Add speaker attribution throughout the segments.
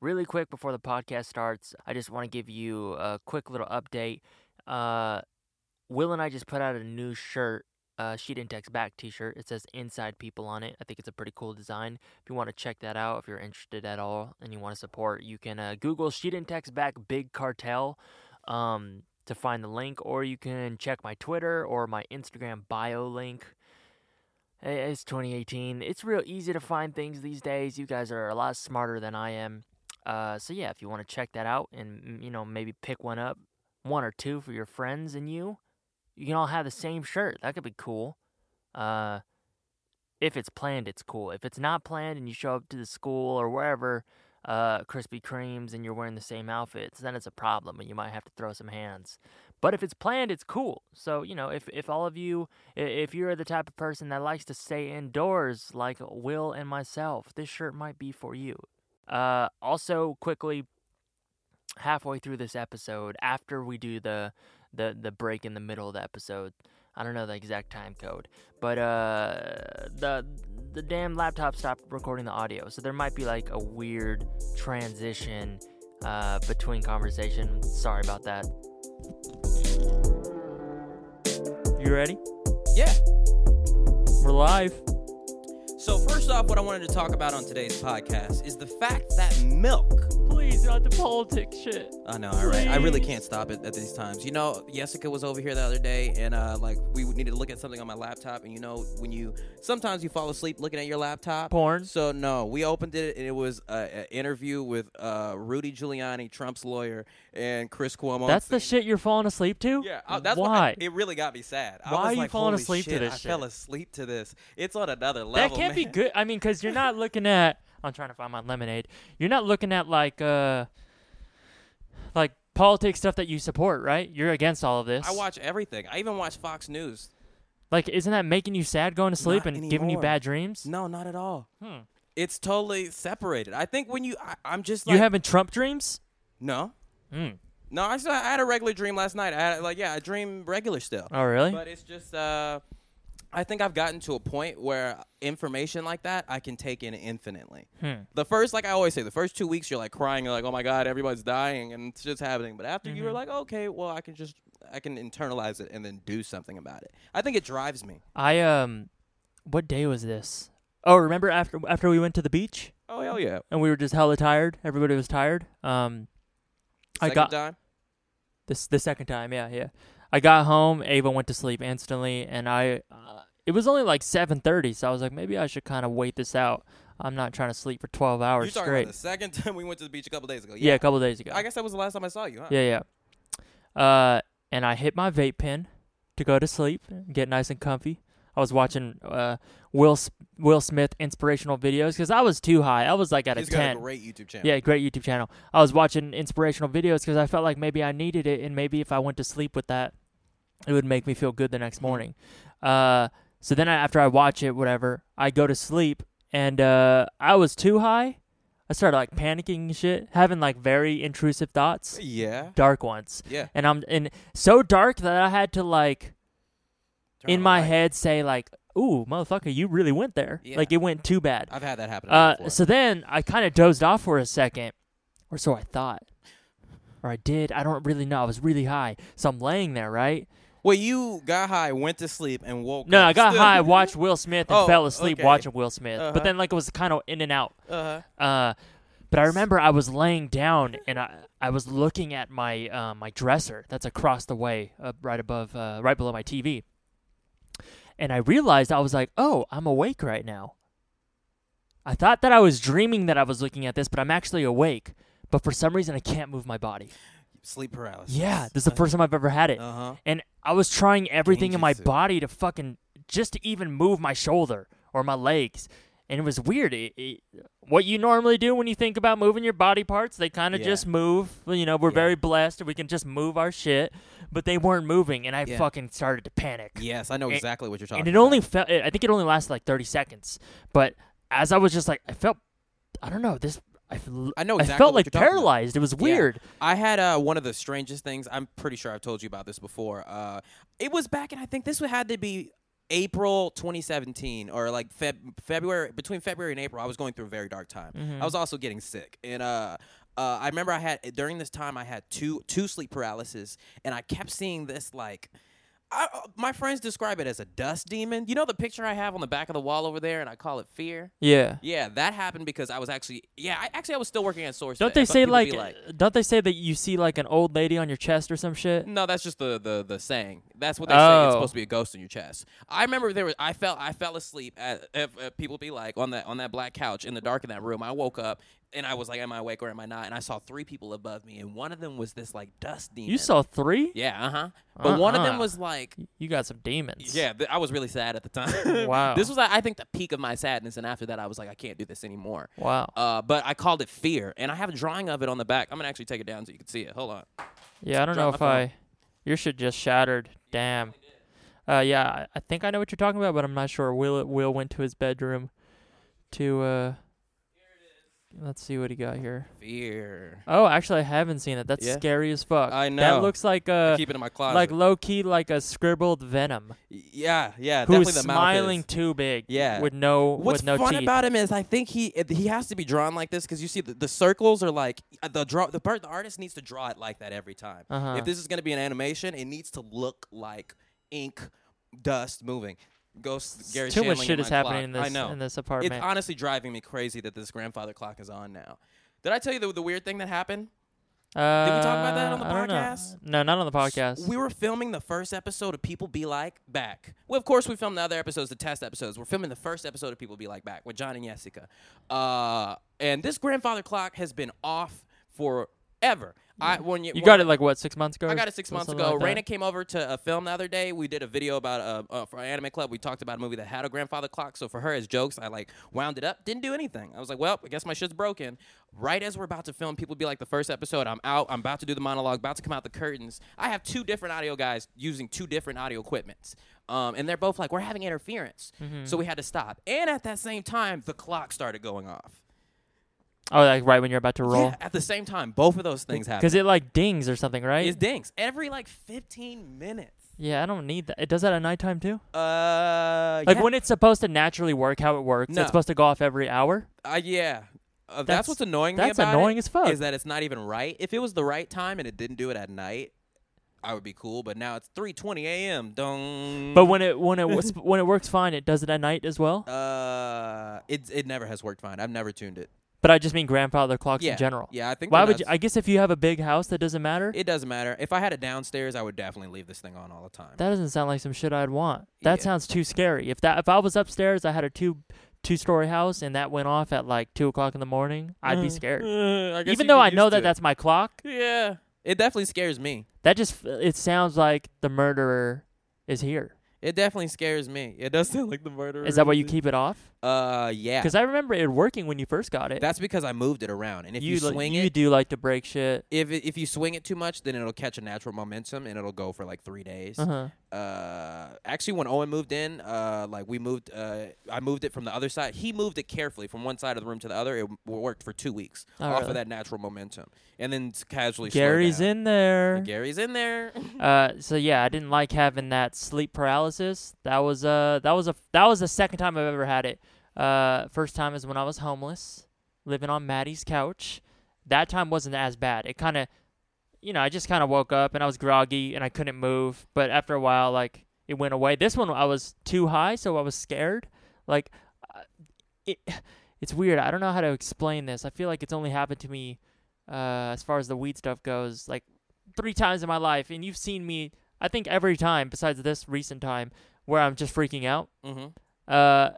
Speaker 1: really quick before the podcast starts, I just want to give you a quick little update. Uh, Will and I just put out a new shirt. Uh, she didn't text back T-shirt. It says "Inside People" on it. I think it's a pretty cool design. If you want to check that out, if you're interested at all and you want to support, you can uh, Google "She didn't text back Big Cartel" um, to find the link, or you can check my Twitter or my Instagram bio link. Eh, It's 2018. It's real easy to find things these days. You guys are a lot smarter than I am. Uh, so yeah, if you want to check that out and mm, you know maybe pick one up, one or two for your friends and you, you can all have the same shirt. That could be cool. Uh, if it's planned, it's cool. If it's not planned and you show up to the school or wherever, uh, Krispy Kremes and you're wearing the same outfits, then it's a problem and you might have to throw some hands. But if it's planned, it's cool. So you know, if if all of you, i- if you're the type of person that likes to stay indoors, like Will and myself, this shirt might be for you. Uh, also, quickly, halfway through this episode, after we do the the the break in the middle of the episode, I don't know the exact time code, but uh, the the damn laptop stopped recording the audio, so there might be like a weird transition uh, between conversation. Sorry about that. You ready?
Speaker 2: Yeah.
Speaker 1: We're live.
Speaker 2: So first off, what I wanted to talk about on today's podcast is the fact that milk.
Speaker 1: Please, not the politics shit.
Speaker 2: I know, all right. I really
Speaker 1: Please.
Speaker 2: can't stop it at these times. You know, Jessica was over here the other day, and uh, like we needed to look at something on my laptop, and you know, when you sometimes you fall asleep looking at your laptop.
Speaker 1: Porn.
Speaker 2: So no, we opened it, and it was an interview with uh, Rudy Giuliani, Trump's lawyer, and Chris Cuomo.
Speaker 1: That's the shit you're falling asleep to?
Speaker 2: Yeah, I- that's why
Speaker 1: uh, why.
Speaker 2: it really got me sad. I
Speaker 1: Why
Speaker 2: was
Speaker 1: are you
Speaker 2: like,
Speaker 1: falling
Speaker 2: "Holy
Speaker 1: asleep to
Speaker 2: shit,
Speaker 1: this
Speaker 2: I
Speaker 1: shit?"
Speaker 2: fell asleep to this. It's on another level.
Speaker 1: that can't be
Speaker 2: man.
Speaker 1: good. I mean, because you're not looking at. I'm trying to find my lemonade. You're not looking at like uh, like politics stuff that you support, right? You're against all of this.
Speaker 2: I watch everything. I even watch Fox News.
Speaker 1: Like, isn't that making you sad going to sleep
Speaker 2: Not
Speaker 1: and giving you
Speaker 2: anymore.
Speaker 1: bad dreams?
Speaker 2: No, not at all.
Speaker 1: Hmm.
Speaker 2: It's totally separated. I think when you, Hmm. I, I'm just
Speaker 1: You
Speaker 2: like,
Speaker 1: having Trump dreams?
Speaker 2: no,
Speaker 1: Mm.
Speaker 2: no. I, still, I had a regular dream last night. I had, like, yeah, I dream regular still.
Speaker 1: Oh, really?
Speaker 2: But it's just, uh, I think I've gotten to a point where information like that I can take in infinitely.
Speaker 1: Hmm.
Speaker 2: The first, like I always say, the first two weeks you're like crying, you're like, oh my god, everybody's dying, and it's just happening. But after you were like, okay, well, I can just, I can internalize it and then do something about it. I think it drives me.
Speaker 1: I um, what day was this? Oh, remember after after we went to the beach
Speaker 2: Oh hell yeah!
Speaker 1: and we were just hella tired. Everybody was tired. Um, I
Speaker 2: Second
Speaker 1: got
Speaker 2: time.
Speaker 1: This the second time, yeah, yeah. I got home, Ava went to sleep instantly, and I. Uh, it was only like seven thirty, so I was like, maybe I should kind of wait this out. I'm not trying to sleep for twelve
Speaker 2: You're
Speaker 1: hours
Speaker 2: talking
Speaker 1: straight.
Speaker 2: about the second time we went to the beach a couple days ago.
Speaker 1: yeah. a couple days ago.
Speaker 2: I guess that was the last time I saw you, huh?
Speaker 1: yeah, yeah. Uh, and I hit my vape pen to go to sleep, get nice and comfy. I was watching uh Will S- Will Smith inspirational videos because I was too high. I was like at
Speaker 2: He's
Speaker 1: a
Speaker 2: got
Speaker 1: ten.
Speaker 2: a great YouTube channel.
Speaker 1: Yeah, great YouTube channel. I was watching inspirational videos because I felt like maybe I needed it, and maybe if I went to sleep with that, it would make me feel good the next
Speaker 2: Mm-hmm.
Speaker 1: morning. Uh, so then I, after I watch it, whatever, I go to sleep, and uh, I was too high. I started like panicking and shit, having like very intrusive thoughts,
Speaker 2: Yeah.
Speaker 1: dark ones,
Speaker 2: Yeah.
Speaker 1: and I'm and so dark that I had to like
Speaker 2: Turn on
Speaker 1: in
Speaker 2: the
Speaker 1: my
Speaker 2: light.
Speaker 1: head say like, "Ooh, motherfucker, you really went there."
Speaker 2: Yeah.
Speaker 1: Like it went too bad.
Speaker 2: I've had that happen. to me
Speaker 1: Uh,
Speaker 2: before.
Speaker 1: so then I kind of dozed off for a second, or so I thought, or I did. I don't really know. I was really high, so I'm laying there, right?
Speaker 2: well, you got high, went to sleep, and woke
Speaker 1: No,
Speaker 2: up.
Speaker 1: I got
Speaker 2: still.
Speaker 1: high, watched Will Smith, and
Speaker 2: Oh,
Speaker 1: fell asleep
Speaker 2: okay.
Speaker 1: watching Will Smith.
Speaker 2: Uh-huh.
Speaker 1: But then, like, it was kind of in and out.
Speaker 2: Uh-huh.
Speaker 1: Uh, but I remember I was laying down and I, I was looking at my uh, my dresser that's across the way, uh, right above, uh, right below my TV. And I realized I was like, oh, I'm awake right now. I thought that I was dreaming that I was looking at this, but I'm actually awake. But for some reason, I can't move my body.
Speaker 2: Sleep paralysis. Uh-huh.
Speaker 1: Yeah, this is the first time I've ever had it.
Speaker 2: Uh huh.
Speaker 1: And I was trying everything in my
Speaker 2: Genjutsu.
Speaker 1: body to fucking just to even move my shoulder or my legs. And it was weird. It, it, what you normally do when you think about moving your body parts, they kind of
Speaker 2: Yeah.
Speaker 1: just move. Well, You know, we're
Speaker 2: Yeah.
Speaker 1: very blessed. We can just move our shit. But they weren't moving. And I
Speaker 2: Yeah.
Speaker 1: fucking started to panic.
Speaker 2: Yes, I know
Speaker 1: And-
Speaker 2: exactly what you're talking.
Speaker 1: And it
Speaker 2: about.
Speaker 1: only felt, I think it only lasted like 30 seconds. But as I was just like, I felt, I don't know, this, I, feel-
Speaker 2: I know
Speaker 1: I
Speaker 2: exactly
Speaker 1: felt
Speaker 2: what
Speaker 1: like
Speaker 2: you're talking about.
Speaker 1: paralyzed. It was
Speaker 2: Yeah.
Speaker 1: weird.
Speaker 2: I had uh, one of the strangest things. I'm pretty sure I've told you about this before. Uh, it was back in I think this would had to be April 2017 or like Feb- February between February and April I was going through a very dark time.
Speaker 1: Mm-hmm.
Speaker 2: I was also getting sick and uh uh, I remember I had during this time I had two two sleep paralysis and I kept seeing this like I, uh, my friends describe it as a dust demon. You know the picture I have on the back of the wall over there and I call it fear?
Speaker 1: Yeah.
Speaker 2: Yeah, that happened because I was actually yeah, I, actually I was still working at Source.
Speaker 1: Don't they say like, Don't they say that you see like an old lady on your chest or some shit?
Speaker 2: No, that's just the the the saying. That's what they say. It's
Speaker 1: Oh.
Speaker 2: supposed to be a ghost in your chest. I remember there was. I fell. I fell asleep. At, if, if people be like on that on that black couch in the dark in that room. I woke up and I was like, am I awake or am I not? And I saw three people above me, and one of them was this like dust demon.
Speaker 1: You saw Uh-huh. three?
Speaker 2: Yeah. Uh huh. But one of them
Speaker 3: Uh-uh.
Speaker 2: was like.
Speaker 1: You got some demons.
Speaker 2: Yeah, th- I was really sad at the time.
Speaker 1: Wow.
Speaker 2: this was, I I think, the peak of my sadness, and after that, I was like, I can't do this anymore.
Speaker 1: Wow.
Speaker 2: Uh, but I called it fear, and I have a drawing of it on the back. I'm gonna actually take it down so you can see it. Hold on.
Speaker 1: Yeah, I don't know
Speaker 2: Drop
Speaker 1: if
Speaker 2: my
Speaker 1: I. Your shit just shattered. Damn. Uh, yeah, I, I think I know what you're talking about, but I'm not sure. Will Will went to his bedroom to uh. Let's see what he got here.
Speaker 2: Fear.
Speaker 1: Oh, actually, I haven't seen it. That's
Speaker 2: Yeah.
Speaker 1: scary as fuck.
Speaker 2: I know.
Speaker 1: That looks like
Speaker 2: I
Speaker 1: a
Speaker 2: keep it in my closet.
Speaker 1: Uh, like low key like a scribbled venom
Speaker 2: Yeah, yeah,
Speaker 1: who's
Speaker 2: definitely the
Speaker 1: smiling
Speaker 2: Mouth is.
Speaker 1: too big.
Speaker 2: Yeah.
Speaker 1: With no
Speaker 2: What's
Speaker 1: with no
Speaker 2: fun
Speaker 1: teeth.
Speaker 2: about him is I think he he has to be drawn like this because you see the, the circles are like uh, the draw the part the artist needs to draw it like that every time.
Speaker 1: Uh-huh.
Speaker 2: If this is gonna be an animation, it needs to look like ink, dust moving. Ghost Gary
Speaker 1: too much
Speaker 2: Shandling
Speaker 1: shit
Speaker 2: in
Speaker 1: is
Speaker 2: my
Speaker 1: happening in
Speaker 2: clock.
Speaker 1: this
Speaker 2: I know.
Speaker 1: in this
Speaker 2: it's
Speaker 1: apartment.
Speaker 2: honestly driving me crazy that this grandfather clock is on now. Did I tell you the, the weird thing that happened?
Speaker 1: Uh,
Speaker 2: we talk about that on the
Speaker 1: I don't know.
Speaker 2: podcast?
Speaker 1: No, not on the podcast.
Speaker 2: We were filming the first episode of People Be Like Back. Well, of course, we filmed the other episodes, the test episodes. We're filming the first episode of People Be Like Back with John and Jessica. Uh, and this grandfather clock has been off forever. I when
Speaker 1: you got it like what six months ago?
Speaker 2: I
Speaker 1: or
Speaker 2: got it six
Speaker 1: something
Speaker 2: months
Speaker 1: like
Speaker 2: ago.
Speaker 1: that?
Speaker 2: Raina came over to a film the other day. We did a video about uh, uh, for our anime club. We talked about a movie that had a grandfather clock. So for her as jokes, I like wound it up. Didn't do anything. I was like, well, I guess my shit's broken. Right as we're about to film, people be like, the first episode, I'm out. I'm about to do the monologue. About to come out the curtains. I have two different audio guys using two different audio equipments. Um, and they're both like, we're having interference.
Speaker 1: Mm-hmm.
Speaker 2: So we had to stop. And at that same time, the clock started going off.
Speaker 1: Oh, like right when you're about to roll.
Speaker 2: Yeah, at the same time, both of those things happened.
Speaker 1: Because it like dings or something, right?
Speaker 2: It's dings every like 15 minutes.
Speaker 1: yeah, I don't need that. It does that at nighttime too.
Speaker 2: Uh,
Speaker 1: Like
Speaker 2: yeah.
Speaker 1: when it's supposed to naturally work, how it works.
Speaker 2: No.
Speaker 1: It's supposed to go off every hour.
Speaker 2: Uh, yeah. Uh, that's,
Speaker 1: That's-
Speaker 2: what's annoying me
Speaker 1: that's
Speaker 2: about
Speaker 1: annoying
Speaker 2: it,
Speaker 1: as fuck.
Speaker 2: Is that it's not even right. If it was the right time and it didn't do it at night, I would be cool. But now it's 3:20 a.m. Dong.
Speaker 1: But when it when it was, when it works fine, it does it at night as well.
Speaker 2: uh, it it never has worked fine. I've never tuned it.
Speaker 1: But I just mean grandfather clocks
Speaker 2: Yeah.
Speaker 1: in general.
Speaker 2: Yeah, I think.
Speaker 1: Why
Speaker 2: they're
Speaker 1: would you,
Speaker 2: nuts.
Speaker 1: I guess if you have a big house, that doesn't matter.
Speaker 2: it doesn't matter. If I had it downstairs, I would definitely leave this thing on all the time.
Speaker 1: that doesn't sound like some shit I'd want. That
Speaker 2: Yeah.
Speaker 1: sounds too scary. If that if I was upstairs, I had a two two story house, and that went off at like two o'clock in the morning, I'd be scared.
Speaker 2: Uh, I guess
Speaker 1: Even
Speaker 2: you
Speaker 1: though
Speaker 2: get
Speaker 1: I know
Speaker 2: used to
Speaker 1: that
Speaker 2: it.
Speaker 1: that's my clock,
Speaker 2: yeah, it definitely scares me.
Speaker 1: that just it sounds like the murderer is here.
Speaker 2: It definitely scares me. It does sound like the murderer.
Speaker 1: Is that why you
Speaker 2: is-
Speaker 1: keep it off?
Speaker 2: Uh, yeah.
Speaker 1: Because I remember it working when you first got it.
Speaker 2: That's because I moved it around, and if you,
Speaker 1: li-
Speaker 2: swing
Speaker 1: you
Speaker 2: it,
Speaker 1: do like to break shit.
Speaker 2: if it, if you swing it too much, then it'll catch a natural momentum and it'll go for like three days.
Speaker 1: Uh huh.
Speaker 2: Uh, actually, when Owen moved in, uh, like we moved, uh, I moved it from the other side. He moved it carefully from one side of the room to the other. It w- worked for two weeks
Speaker 1: Oh,
Speaker 2: off
Speaker 1: really?
Speaker 2: of that natural momentum, and then s- casually. slowed
Speaker 1: Gary's
Speaker 2: down.
Speaker 1: in there.
Speaker 2: Gary's in there.
Speaker 1: Uh, so yeah, I didn't like having that sleep paralysis. That was uh, that was a that was the second time I've ever had it. Uh, first time is when I was homeless, living on Maddie's couch. That time wasn't as bad. It kind of, you know, I just kind of woke up and I was groggy and I couldn't move. But after a while, like it went away. This one I was too high, so I was scared. Like, uh, it, it's weird. I don't know how to explain this. I feel like it's only happened to me, uh, as far as the weed stuff goes, like three times in my life, and you've seen me. I think every time, besides this recent time, where I'm just freaking out.
Speaker 2: hmm
Speaker 1: Uh,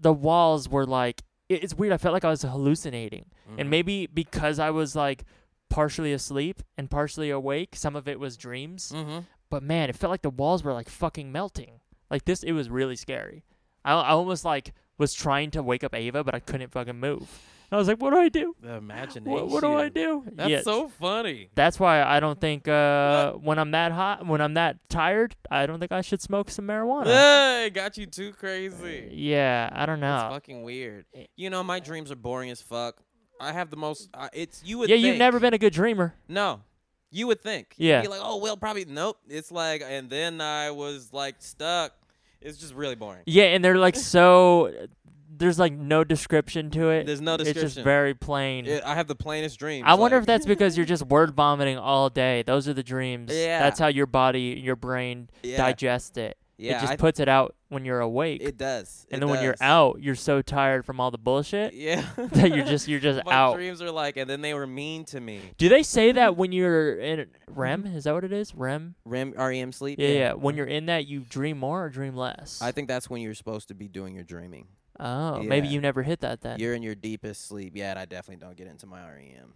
Speaker 1: the walls were like it, it's weird. I felt like I was hallucinating,
Speaker 2: Mm-hmm.
Speaker 1: and maybe because I was like partially asleep and partially awake, some of it was dreams.
Speaker 2: hmm
Speaker 1: But man, it felt like the walls were like fucking melting. Like this, it was really scary. I, I almost like was trying to wake up Ava, but I couldn't fucking move. And I was like, what do I do?
Speaker 2: The imagination.
Speaker 1: What, what do I do?
Speaker 2: That's
Speaker 1: Yeah,
Speaker 2: so funny.
Speaker 1: that's why I don't think uh, when I'm that hot, when I'm that tired, I don't think I should smoke some marijuana.
Speaker 2: Hey, got you too crazy.
Speaker 1: yeah, I don't
Speaker 2: It's
Speaker 1: know.
Speaker 2: fucking weird.
Speaker 1: it-
Speaker 2: You know, my dreams are boring as fuck. I have the most. Uh, it's you would.
Speaker 1: Yeah, you've
Speaker 2: think-
Speaker 1: never been a good dreamer.
Speaker 2: No, you would think.
Speaker 1: Yeah.
Speaker 2: You'd be like, oh well, probably nope. It's like, and then I was like stuck, It's just really boring.
Speaker 1: Yeah, and they're like so. There's like no description to it.
Speaker 2: There's no
Speaker 1: It's just
Speaker 2: description.
Speaker 1: very plain.
Speaker 2: It- I have the plainest dreams.
Speaker 1: I wonder
Speaker 2: like-
Speaker 1: if that's because you're just word vomiting all day. Those are the dreams.
Speaker 2: Yeah.
Speaker 1: That's how your body, your brain
Speaker 2: Yeah.
Speaker 1: digests it.
Speaker 2: Yeah,
Speaker 1: it just
Speaker 2: I-
Speaker 1: puts it out when you're awake.
Speaker 2: it does.
Speaker 1: and
Speaker 2: It
Speaker 1: then when you're
Speaker 2: does.
Speaker 1: out, you're so tired from all the bullshit
Speaker 2: yeah,
Speaker 1: that you're just you're just
Speaker 2: my
Speaker 1: out.
Speaker 2: dreams are like, and then they were mean to me.
Speaker 1: Do they say
Speaker 2: Mm-hmm.
Speaker 1: that when you're in REM? Is that what it is? REM?
Speaker 2: REM, REM sleep.
Speaker 1: Yeah, yeah. When you're in that, you dream more or dream less?
Speaker 2: I think that's when you're supposed to be doing your dreaming.
Speaker 1: oh, maybe
Speaker 2: yeah.
Speaker 1: you never hit that then.
Speaker 2: You're in your deepest sleep. Yeah, and I definitely don't get into my E REM.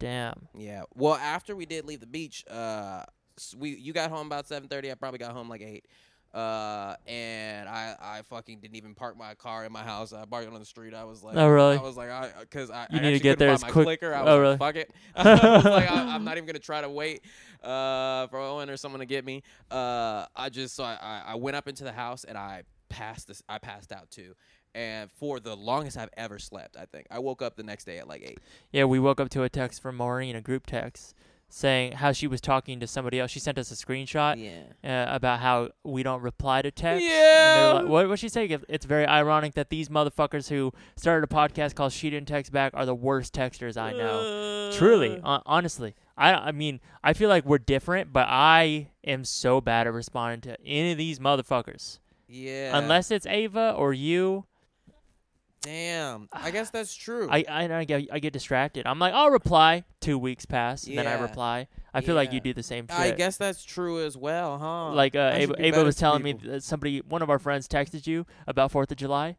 Speaker 1: Damn.
Speaker 2: Yeah. Well, after we did leave the beach, uh, s- we you got home about seven thirty. I probably got home like eight. Uh, and I I fucking didn't even park my car in my house. I parked it on the street. I was like,
Speaker 1: Oh, really?
Speaker 2: I was like, I because I
Speaker 1: You need
Speaker 2: I
Speaker 1: to
Speaker 2: actually
Speaker 1: get
Speaker 2: couldn't
Speaker 1: there
Speaker 2: find
Speaker 1: as
Speaker 2: my
Speaker 1: quick-
Speaker 2: Clicker. I was
Speaker 1: oh,
Speaker 2: like,
Speaker 1: really?
Speaker 2: fuck it. I was like, I, I'm not even gonna try to wait uh for Owen or someone to get me. Uh, I just so I I, I went up into the house and I passed this. I passed out too. And for the longest I've ever slept, I think I woke up the next day at like eight.
Speaker 1: Yeah, we woke up to a text from Maureen, a group text, saying how she was talking to somebody else. She sent us a screenshot.
Speaker 2: Yeah.
Speaker 1: uh, about how we don't reply to text. And
Speaker 2: Yeah.
Speaker 1: they're like, what what she saying? It- It's very ironic that these motherfuckers who started a podcast called She Didn't Text Back are the worst texters I know. Truly,
Speaker 2: Uh.
Speaker 1: hon- honestly, I I mean I feel like we're different, but I am so bad at responding to any of these motherfuckers
Speaker 2: Yeah.
Speaker 1: unless it's Ava or you.
Speaker 2: Damn. I guess that's true.
Speaker 1: I I, I get I get distracted. I'm like I'll reply. Two weeks pass, and then I
Speaker 2: Yeah.
Speaker 1: reply. I feel like you
Speaker 2: Yeah.
Speaker 1: do the same shit.
Speaker 2: I guess that's true as well, huh?
Speaker 1: like uh,
Speaker 2: I should
Speaker 1: Ava,
Speaker 2: do
Speaker 1: Ava
Speaker 2: better
Speaker 1: was
Speaker 2: for
Speaker 1: telling
Speaker 2: people.
Speaker 1: me that somebody, one of our friends, texted you about Fourth of July,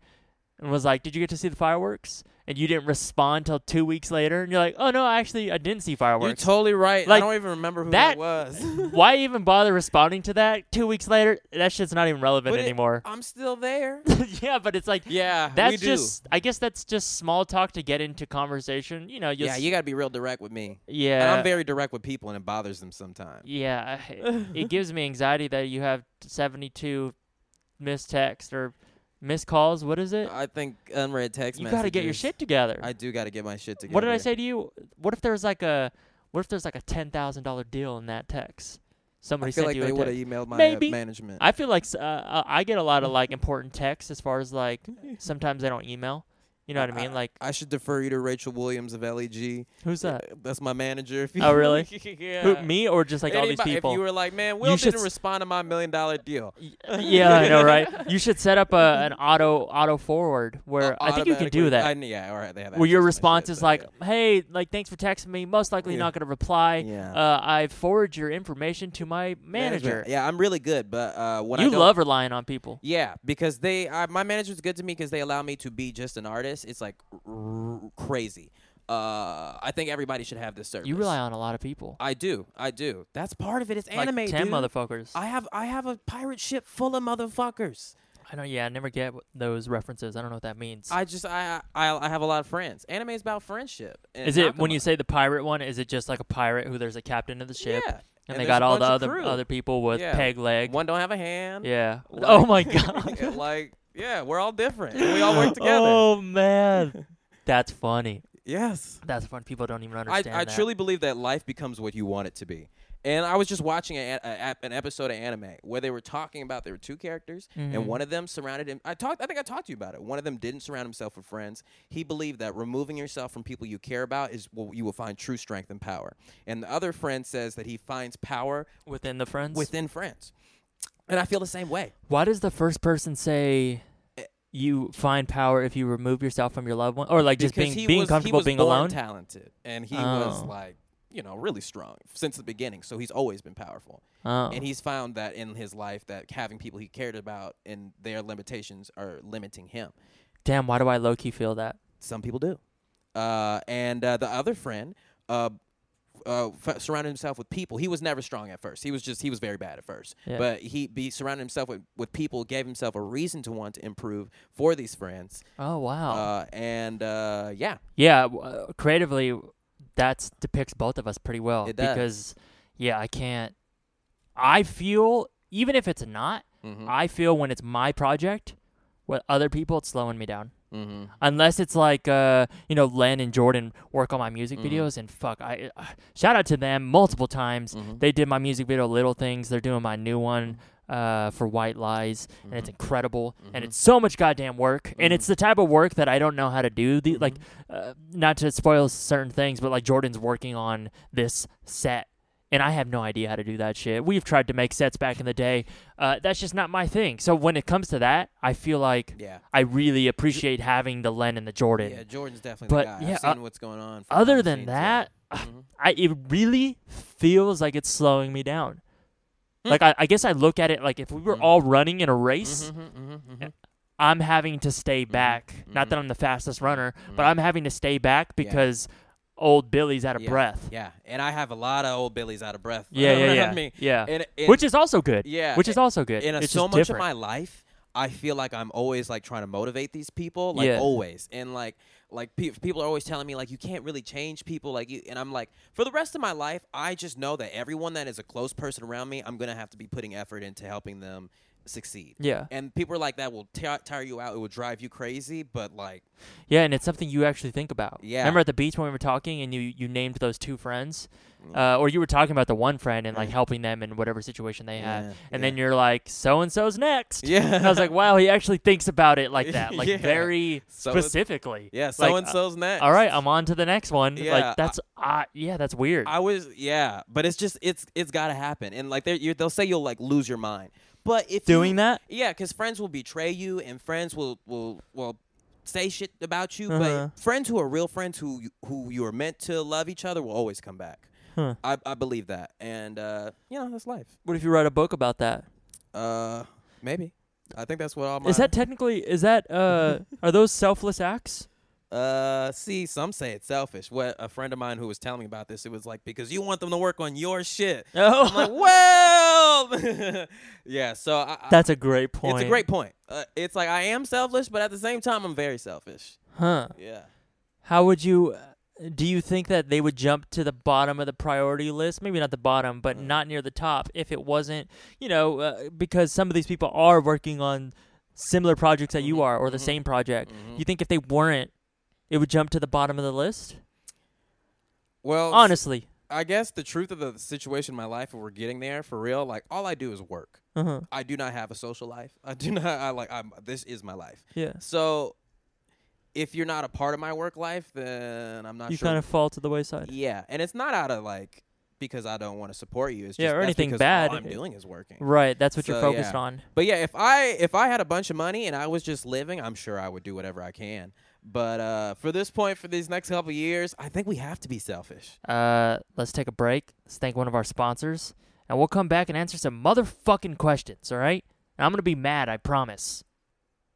Speaker 1: and was like, "Did you get to see the fireworks?" And you didn't respond till two weeks later, and you're like, "Oh no, actually, I didn't see
Speaker 2: You're
Speaker 1: fireworks."
Speaker 2: totally right.
Speaker 1: Like,
Speaker 2: I don't even remember who
Speaker 1: that-
Speaker 2: that was.
Speaker 1: Why even bother responding to that two weeks later? That shit's not even relevant
Speaker 2: But it-
Speaker 1: anymore.
Speaker 2: I'm still there.
Speaker 1: yeah, but it's like
Speaker 2: Yeah, we
Speaker 1: that's
Speaker 2: do.
Speaker 1: just. I guess that's just small talk to get into conversation. You know, you'll
Speaker 2: yeah,
Speaker 1: s-
Speaker 2: you gotta be real direct with me. And
Speaker 1: yeah,
Speaker 2: I'm very direct with people, and it bothers them sometimes.
Speaker 1: yeah. I- it gives me anxiety that you have 72 missed texts or missed calls. What is it?
Speaker 2: I think unread text
Speaker 1: you
Speaker 2: messages.
Speaker 1: got to get your shit together.
Speaker 2: I do gotta get my shit together.
Speaker 1: what did I say to you? What if there's like a what if there's like a ten thousand dollar deal in that text? Somebody
Speaker 2: I feel
Speaker 1: sent
Speaker 2: like
Speaker 1: you
Speaker 2: they
Speaker 1: a
Speaker 2: would have
Speaker 1: text.
Speaker 2: emailed my
Speaker 1: Maybe.
Speaker 2: uh, management.
Speaker 1: I feel like s- uh, uh, I get a lot
Speaker 2: Mm.
Speaker 1: of like important texts as far as like sometimes they don't email. You know what I mean? Like
Speaker 2: I should defer you to Rachel Williams of LEG.
Speaker 1: who's that?
Speaker 2: That's my manager. If you
Speaker 1: Oh, really?
Speaker 2: yeah.
Speaker 1: Who, me or just like all these
Speaker 2: Anybody- If you
Speaker 1: people?
Speaker 2: were like, man, Will
Speaker 1: should
Speaker 2: didn't
Speaker 1: s-
Speaker 2: respond to my million dollar deal.
Speaker 1: Y- uh, yeah, I know, right? You should set up a, an auto auto forward where
Speaker 2: Uh,
Speaker 1: I think you can do
Speaker 2: automatically-
Speaker 1: that.
Speaker 2: I, kn- yeah, all right. They have
Speaker 1: where your
Speaker 2: access to my
Speaker 1: response
Speaker 2: shit,
Speaker 1: is
Speaker 2: but
Speaker 1: like,
Speaker 2: yeah.
Speaker 1: "Hey, like thanks for texting me. Most likely
Speaker 2: Yeah.
Speaker 1: not going to reply.
Speaker 2: Yeah.
Speaker 1: Uh, I forward your information to my manager."
Speaker 2: Yeah, I'm really good, but uh, what I
Speaker 1: you
Speaker 2: don't-
Speaker 1: love relying on people.
Speaker 2: Yeah, because they, I, my manager's good to me because they allow me to be just an artist. It's like r- r- crazy. Uh, I think everybody should have this service.
Speaker 1: You rely on a lot of people.
Speaker 2: I do. I do. That's part of it. It's
Speaker 1: like
Speaker 2: anime,
Speaker 1: ten
Speaker 2: dude.
Speaker 1: motherfuckers. I,
Speaker 2: I have I have a pirate ship full of motherfuckers.
Speaker 1: don't. Yeah, I never get what those references. I don't know what that means.
Speaker 2: I just I I, I have a lot of friends. Anime is about friendship. and
Speaker 1: is it when
Speaker 2: Nakama.
Speaker 1: you say the pirate one? Is it just like a pirate who there's a captain of the ship
Speaker 2: Yeah,
Speaker 1: and,
Speaker 2: and
Speaker 1: they
Speaker 2: there's
Speaker 1: got
Speaker 2: a
Speaker 1: all the
Speaker 2: bunch of
Speaker 1: other
Speaker 2: crew.
Speaker 1: other people with
Speaker 2: Yeah.
Speaker 1: peg leg?
Speaker 2: one don't have a hand?
Speaker 1: yeah.
Speaker 2: Like-
Speaker 1: oh my god.
Speaker 2: Yeah, like, yeah, we're all different. and We all work together.
Speaker 1: Oh man, that's funny.
Speaker 2: yes.
Speaker 1: That's fun. People don't even
Speaker 2: I,
Speaker 1: understand.
Speaker 2: I
Speaker 1: that.
Speaker 2: truly believe that life becomes what you want it to be. And I was just watching a, a, an episode of anime where they were talking about there were two characters,
Speaker 1: Mm-hmm.
Speaker 2: and one of them surrounded him. I talked, I think I talked to you about it. One of them didn't surround himself with friends. He believed that removing yourself from people you care about is what you will find true strength and power. And the other friend says that he finds power
Speaker 1: within the friends.
Speaker 2: within friends. And I feel the same way.
Speaker 1: Why does the first person say? You find power if you remove yourself from your loved one, or like just
Speaker 2: because
Speaker 1: being
Speaker 2: he
Speaker 1: being
Speaker 2: was,
Speaker 1: comfortable
Speaker 2: he was
Speaker 1: being
Speaker 2: born
Speaker 1: alone.
Speaker 2: talented and he
Speaker 1: Oh.
Speaker 2: was like you know really strong since the beginning so he's always been powerful
Speaker 1: Oh.
Speaker 2: and he's found that in his life that having people he cared about and their limitations are limiting him
Speaker 1: Damn, why do I low key feel that?
Speaker 2: some people do uh, and uh, the other friend uh, uh, f- surrounded himself with people. He was never strong at first. He was just he was very bad at first.
Speaker 1: Yeah.
Speaker 2: But he be surrounded himself with, with people, gave himself a reason to want to improve for these friends.
Speaker 1: Oh wow.
Speaker 2: Uh, and uh, yeah,
Speaker 1: Yeah, w- uh, creatively, that depicts both of us pretty well.
Speaker 2: It does.
Speaker 1: Because, yeah, I can't. I feel even if it's not,
Speaker 2: Mm-hmm. Mm.
Speaker 1: I feel when it's my project with other people, it's slowing me down.
Speaker 2: mm-hmm.
Speaker 1: Unless it's like, uh, you know, Len and Jordan work on my music
Speaker 2: Mm-hmm.
Speaker 1: videos, and fuck, I
Speaker 2: Mm-hmm. Mm.
Speaker 1: uh, shout out to them multiple times. They did my music video, Little Things. They're doing my new one. uh, for White Lies, and it's
Speaker 2: Mhm.
Speaker 1: incredible, and
Speaker 2: Mhm.
Speaker 1: it's so much goddamn work, and
Speaker 2: Mhm.
Speaker 1: it's the type of work that I don't know how to do. The like, uh, not to spoil certain things, but like Jordan's working on this set. And I have no idea how to do that shit. We've tried to make sets back in the day. Uh, that's just not my thing. So when it comes to that, I feel like
Speaker 2: Mm-hmm. Yeah.
Speaker 1: I really appreciate having the Len and the Jordan.
Speaker 2: Yeah, Jordan's definitely
Speaker 1: But,
Speaker 2: the guy.
Speaker 1: yeah,
Speaker 2: I've
Speaker 1: uh,
Speaker 2: seen what's going on. from
Speaker 1: Other
Speaker 2: behind the
Speaker 1: than
Speaker 2: scenes, yeah.
Speaker 1: that, I-
Speaker 2: Mhm.
Speaker 1: I it really feels like it's slowing me down.
Speaker 2: Hmm.
Speaker 1: Like I, I guess I look at it like if we were
Speaker 2: Mhm.
Speaker 1: all running in a race,
Speaker 2: Mhm, mhm, mhm, mhm.
Speaker 1: I'm having to stay
Speaker 2: Mhm.
Speaker 1: back. Not that
Speaker 2: Mhm.
Speaker 1: I'm the fastest runner, but
Speaker 2: Mhm.
Speaker 1: I'm having to stay back
Speaker 2: Yeah.
Speaker 1: because old Billy's out of
Speaker 2: Yeah.
Speaker 1: breath.
Speaker 2: Yeah, and I have a lot of old Billies out of breath.
Speaker 1: Yeah, yeah,
Speaker 2: You know
Speaker 1: yeah.
Speaker 2: what I mean?
Speaker 1: yeah.
Speaker 2: And, and
Speaker 1: which is also good.
Speaker 2: yeah,
Speaker 1: which is also good.
Speaker 2: and uh,
Speaker 1: it's
Speaker 2: so
Speaker 1: just
Speaker 2: much of
Speaker 1: different.
Speaker 2: my life i feel like i'm always like trying to motivate these people like
Speaker 1: Yeah.
Speaker 2: always and like like pe- people are always telling me like you can't really change people like you and i'm like for the rest of my life i just know that everyone that is a close person around me i'm gonna have to be putting effort into helping them succeed
Speaker 1: yeah,
Speaker 2: and people are like that will ti- tire you out it will drive you crazy but like
Speaker 1: yeah, and it's something you actually think about.
Speaker 2: Yeah.
Speaker 1: Remember at the beach when we were talking and you you named those two friends,
Speaker 2: Mm.
Speaker 1: uh, or you were talking about the one friend and like
Speaker 2: Yeah.
Speaker 1: helping them in whatever situation they had,
Speaker 2: Mm. Yeah,
Speaker 1: and then you're like, so and so's next.
Speaker 2: yeah
Speaker 1: And I was like, wow, he actually thinks about it like that, like
Speaker 2: Yeah.
Speaker 1: very
Speaker 2: So it's-
Speaker 1: specifically.
Speaker 2: yeah
Speaker 1: It's like, uh,
Speaker 2: so and so's next
Speaker 1: All right, I'm on to the next one.
Speaker 2: Yeah,
Speaker 1: like that's uh, yeah, that's weird.
Speaker 2: I was yeah, but it's just it's it's got to happen, and like they you they'll say you'll like lose your mind, but if
Speaker 1: Doing
Speaker 2: you-
Speaker 1: that?
Speaker 2: yeah, because friends will betray you, and friends will will will say shit about you,
Speaker 1: Uh-huh.
Speaker 2: but friends who are real friends who you- who you are meant to love each other will always come back.
Speaker 1: Huh.
Speaker 2: I I believe that, and uh, you know that's life.
Speaker 1: what if you write a book about that?
Speaker 2: Uh, maybe I think that's what all my
Speaker 1: Is that technically is that uh are those selfless acts?
Speaker 2: Uh, see, some say it's selfish. What a friend of mine who was telling me about this, it was like because you want them to work on your shit.
Speaker 1: Oh.
Speaker 2: I'm like, well, yeah. So I, I-
Speaker 1: That's a great point.
Speaker 2: it's a great point. Uh, it's like I am selfish, but at the same time, I'm very selfish.
Speaker 1: Huh.
Speaker 2: Yeah.
Speaker 1: How would you do you think that they would jump to the bottom of the priority list? Maybe not the bottom, but
Speaker 2: Mm.
Speaker 1: not near the top if it wasn't, you know, uh, because some of these people are working on similar projects that you
Speaker 2: Mhm,
Speaker 1: are or the
Speaker 2: mhm,
Speaker 1: same project.
Speaker 2: mhm.
Speaker 1: You think if they weren't, it would jump to the bottom of the list?
Speaker 2: Well, Oh, s-
Speaker 1: Honestly.
Speaker 2: I guess the truth of the situation in my life, if we're getting there for real, like all I do is work.
Speaker 1: Uh-huh.
Speaker 2: I do not have a social life. I do not. I like. I'm. This is my life.
Speaker 1: Yeah.
Speaker 2: So, if you're not a part of my work life, then I'm not
Speaker 1: You
Speaker 2: sure.
Speaker 1: kind of fall to the wayside.
Speaker 2: Yeah, and it's not out of like because I don't want to support you. It's just
Speaker 1: Yeah, or
Speaker 2: that's
Speaker 1: anything
Speaker 2: because
Speaker 1: bad.
Speaker 2: All I'm doing is working.
Speaker 1: Right, that's what you're
Speaker 2: So,
Speaker 1: focused
Speaker 2: yeah.
Speaker 1: on.
Speaker 2: But yeah, if I if I had a bunch of money and I was just living, I'm sure I would do whatever I can. But uh, for this point, for these next couple of years, I think we have to be selfish.
Speaker 1: Uh, let's take a break. Let's thank one of our sponsors, and we'll come back and answer some motherfucking questions. All right? And I'm gonna be mad, I promise.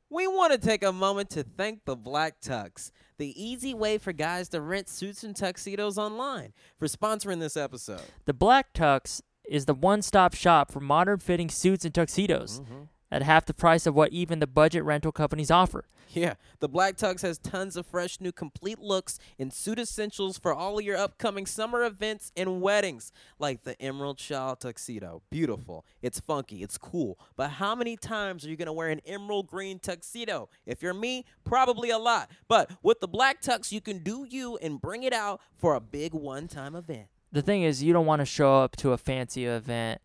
Speaker 2: We want to take a moment to thank the Black Tux, the easy way for guys to rent suits and tuxedos online, for sponsoring this episode.
Speaker 1: The Black Tux is the one-stop shop for modern fitting suits and tuxedos
Speaker 2: Mm-hmm.
Speaker 1: at half the price of what even the budget rental companies offer.
Speaker 2: Yeah, the Black Tux has tons of fresh new complete looks and suit essentials for all of your upcoming summer events and weddings, like the Emerald Shawl tuxedo. Beautiful. It's funky, it's cool. But how many times are you going to wear an emerald green tuxedo? If you're me, probably a lot. But with the Black Tux, you can do you and bring it out for a big one-time event.
Speaker 1: The thing is, you don't want to show up to a fancy event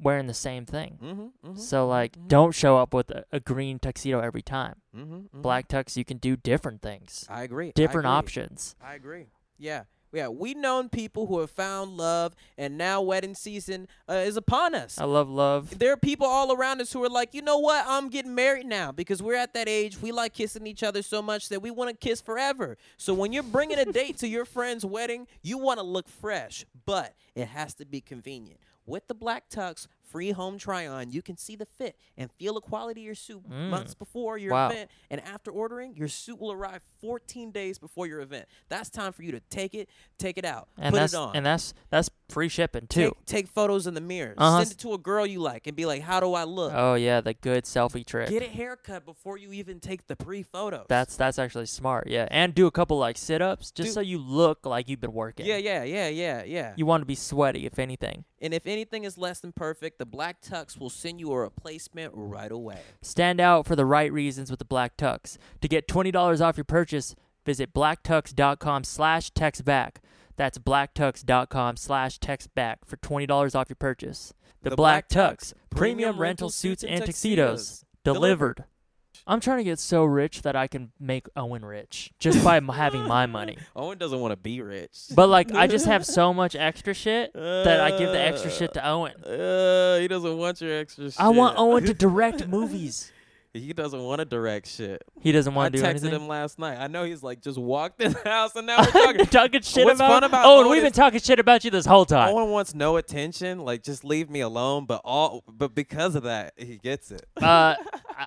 Speaker 1: wearing the same thing.
Speaker 2: Mhm. Mhm.
Speaker 1: So like, don't show up with a, a green tuxedo every time.
Speaker 2: Mhm. mhm.
Speaker 1: Black Tux, you can do different things,
Speaker 2: I agree. I
Speaker 1: different
Speaker 2: agree.
Speaker 1: options.
Speaker 2: I agree. Yeah. Yeah, we known people who have found love, and now wedding season uh, is upon us.
Speaker 1: I love love.
Speaker 2: There are people all around us who are like, you know what? I'm getting married now because we're at that age. We like kissing each other so much that we want to kiss forever. So when you're bringing a date to your friend's wedding, you want to look fresh, but it has to be convenient. With the Black Tux free home try on, you can see the fit and feel the quality of your suit months before your
Speaker 1: Mm. Wow.
Speaker 2: event. And after ordering, your suit will arrive 14 days before your event. That's time for you to take it, take it out,
Speaker 1: and
Speaker 2: put
Speaker 1: that's
Speaker 2: it on.
Speaker 1: and that's that's free shipping too.
Speaker 2: Take, take photos in the mirror.
Speaker 1: Uh-huh.
Speaker 2: Send it to a girl you like and be like, "How do I look?"
Speaker 1: oh yeah, the good selfie trick.
Speaker 2: Get a haircut before you even take the pre photos.
Speaker 1: That's that's actually smart. Yeah, and do a couple like sit ups just
Speaker 2: Do-
Speaker 1: so you look like you've been working.
Speaker 2: yeah, yeah, yeah, yeah, yeah.
Speaker 1: You want to be sweaty if anything.
Speaker 2: and if anything is less than perfect, the black tux will send you a replacement right away.
Speaker 1: Stand out for the right reasons with the Black Tux. To get twenty dollars off your purchase, visit blacktux.com/slash textback. That's blacktux.com slash textback for $20 off your purchase. The,
Speaker 2: The
Speaker 1: Black,
Speaker 2: Black
Speaker 1: Tux,
Speaker 2: Tux,
Speaker 1: premium rental suits and tuxedos, delivered. I'm trying to get so rich that I can make Owen rich just by m- having my money.
Speaker 2: Owen doesn't want to be rich.
Speaker 1: But like, I just have so much extra shit that I give the extra shit to Owen.
Speaker 2: Uh, he doesn't want your extra shit.
Speaker 1: I want Owen to direct movies.
Speaker 2: He doesn't want to direct shit.
Speaker 1: He doesn't
Speaker 2: I
Speaker 1: want to do
Speaker 2: texted
Speaker 1: anything.
Speaker 2: him last night. I know he's like just walked in the house and now we're talking.
Speaker 1: talking shit
Speaker 2: What's
Speaker 1: about.
Speaker 2: fun about
Speaker 1: oh, and
Speaker 2: Owen
Speaker 1: we've
Speaker 2: is-
Speaker 1: been talking shit about you this whole time.
Speaker 2: Owen wants no attention. Like just leave me alone. But all but because of that, he gets it.
Speaker 1: Uh, I-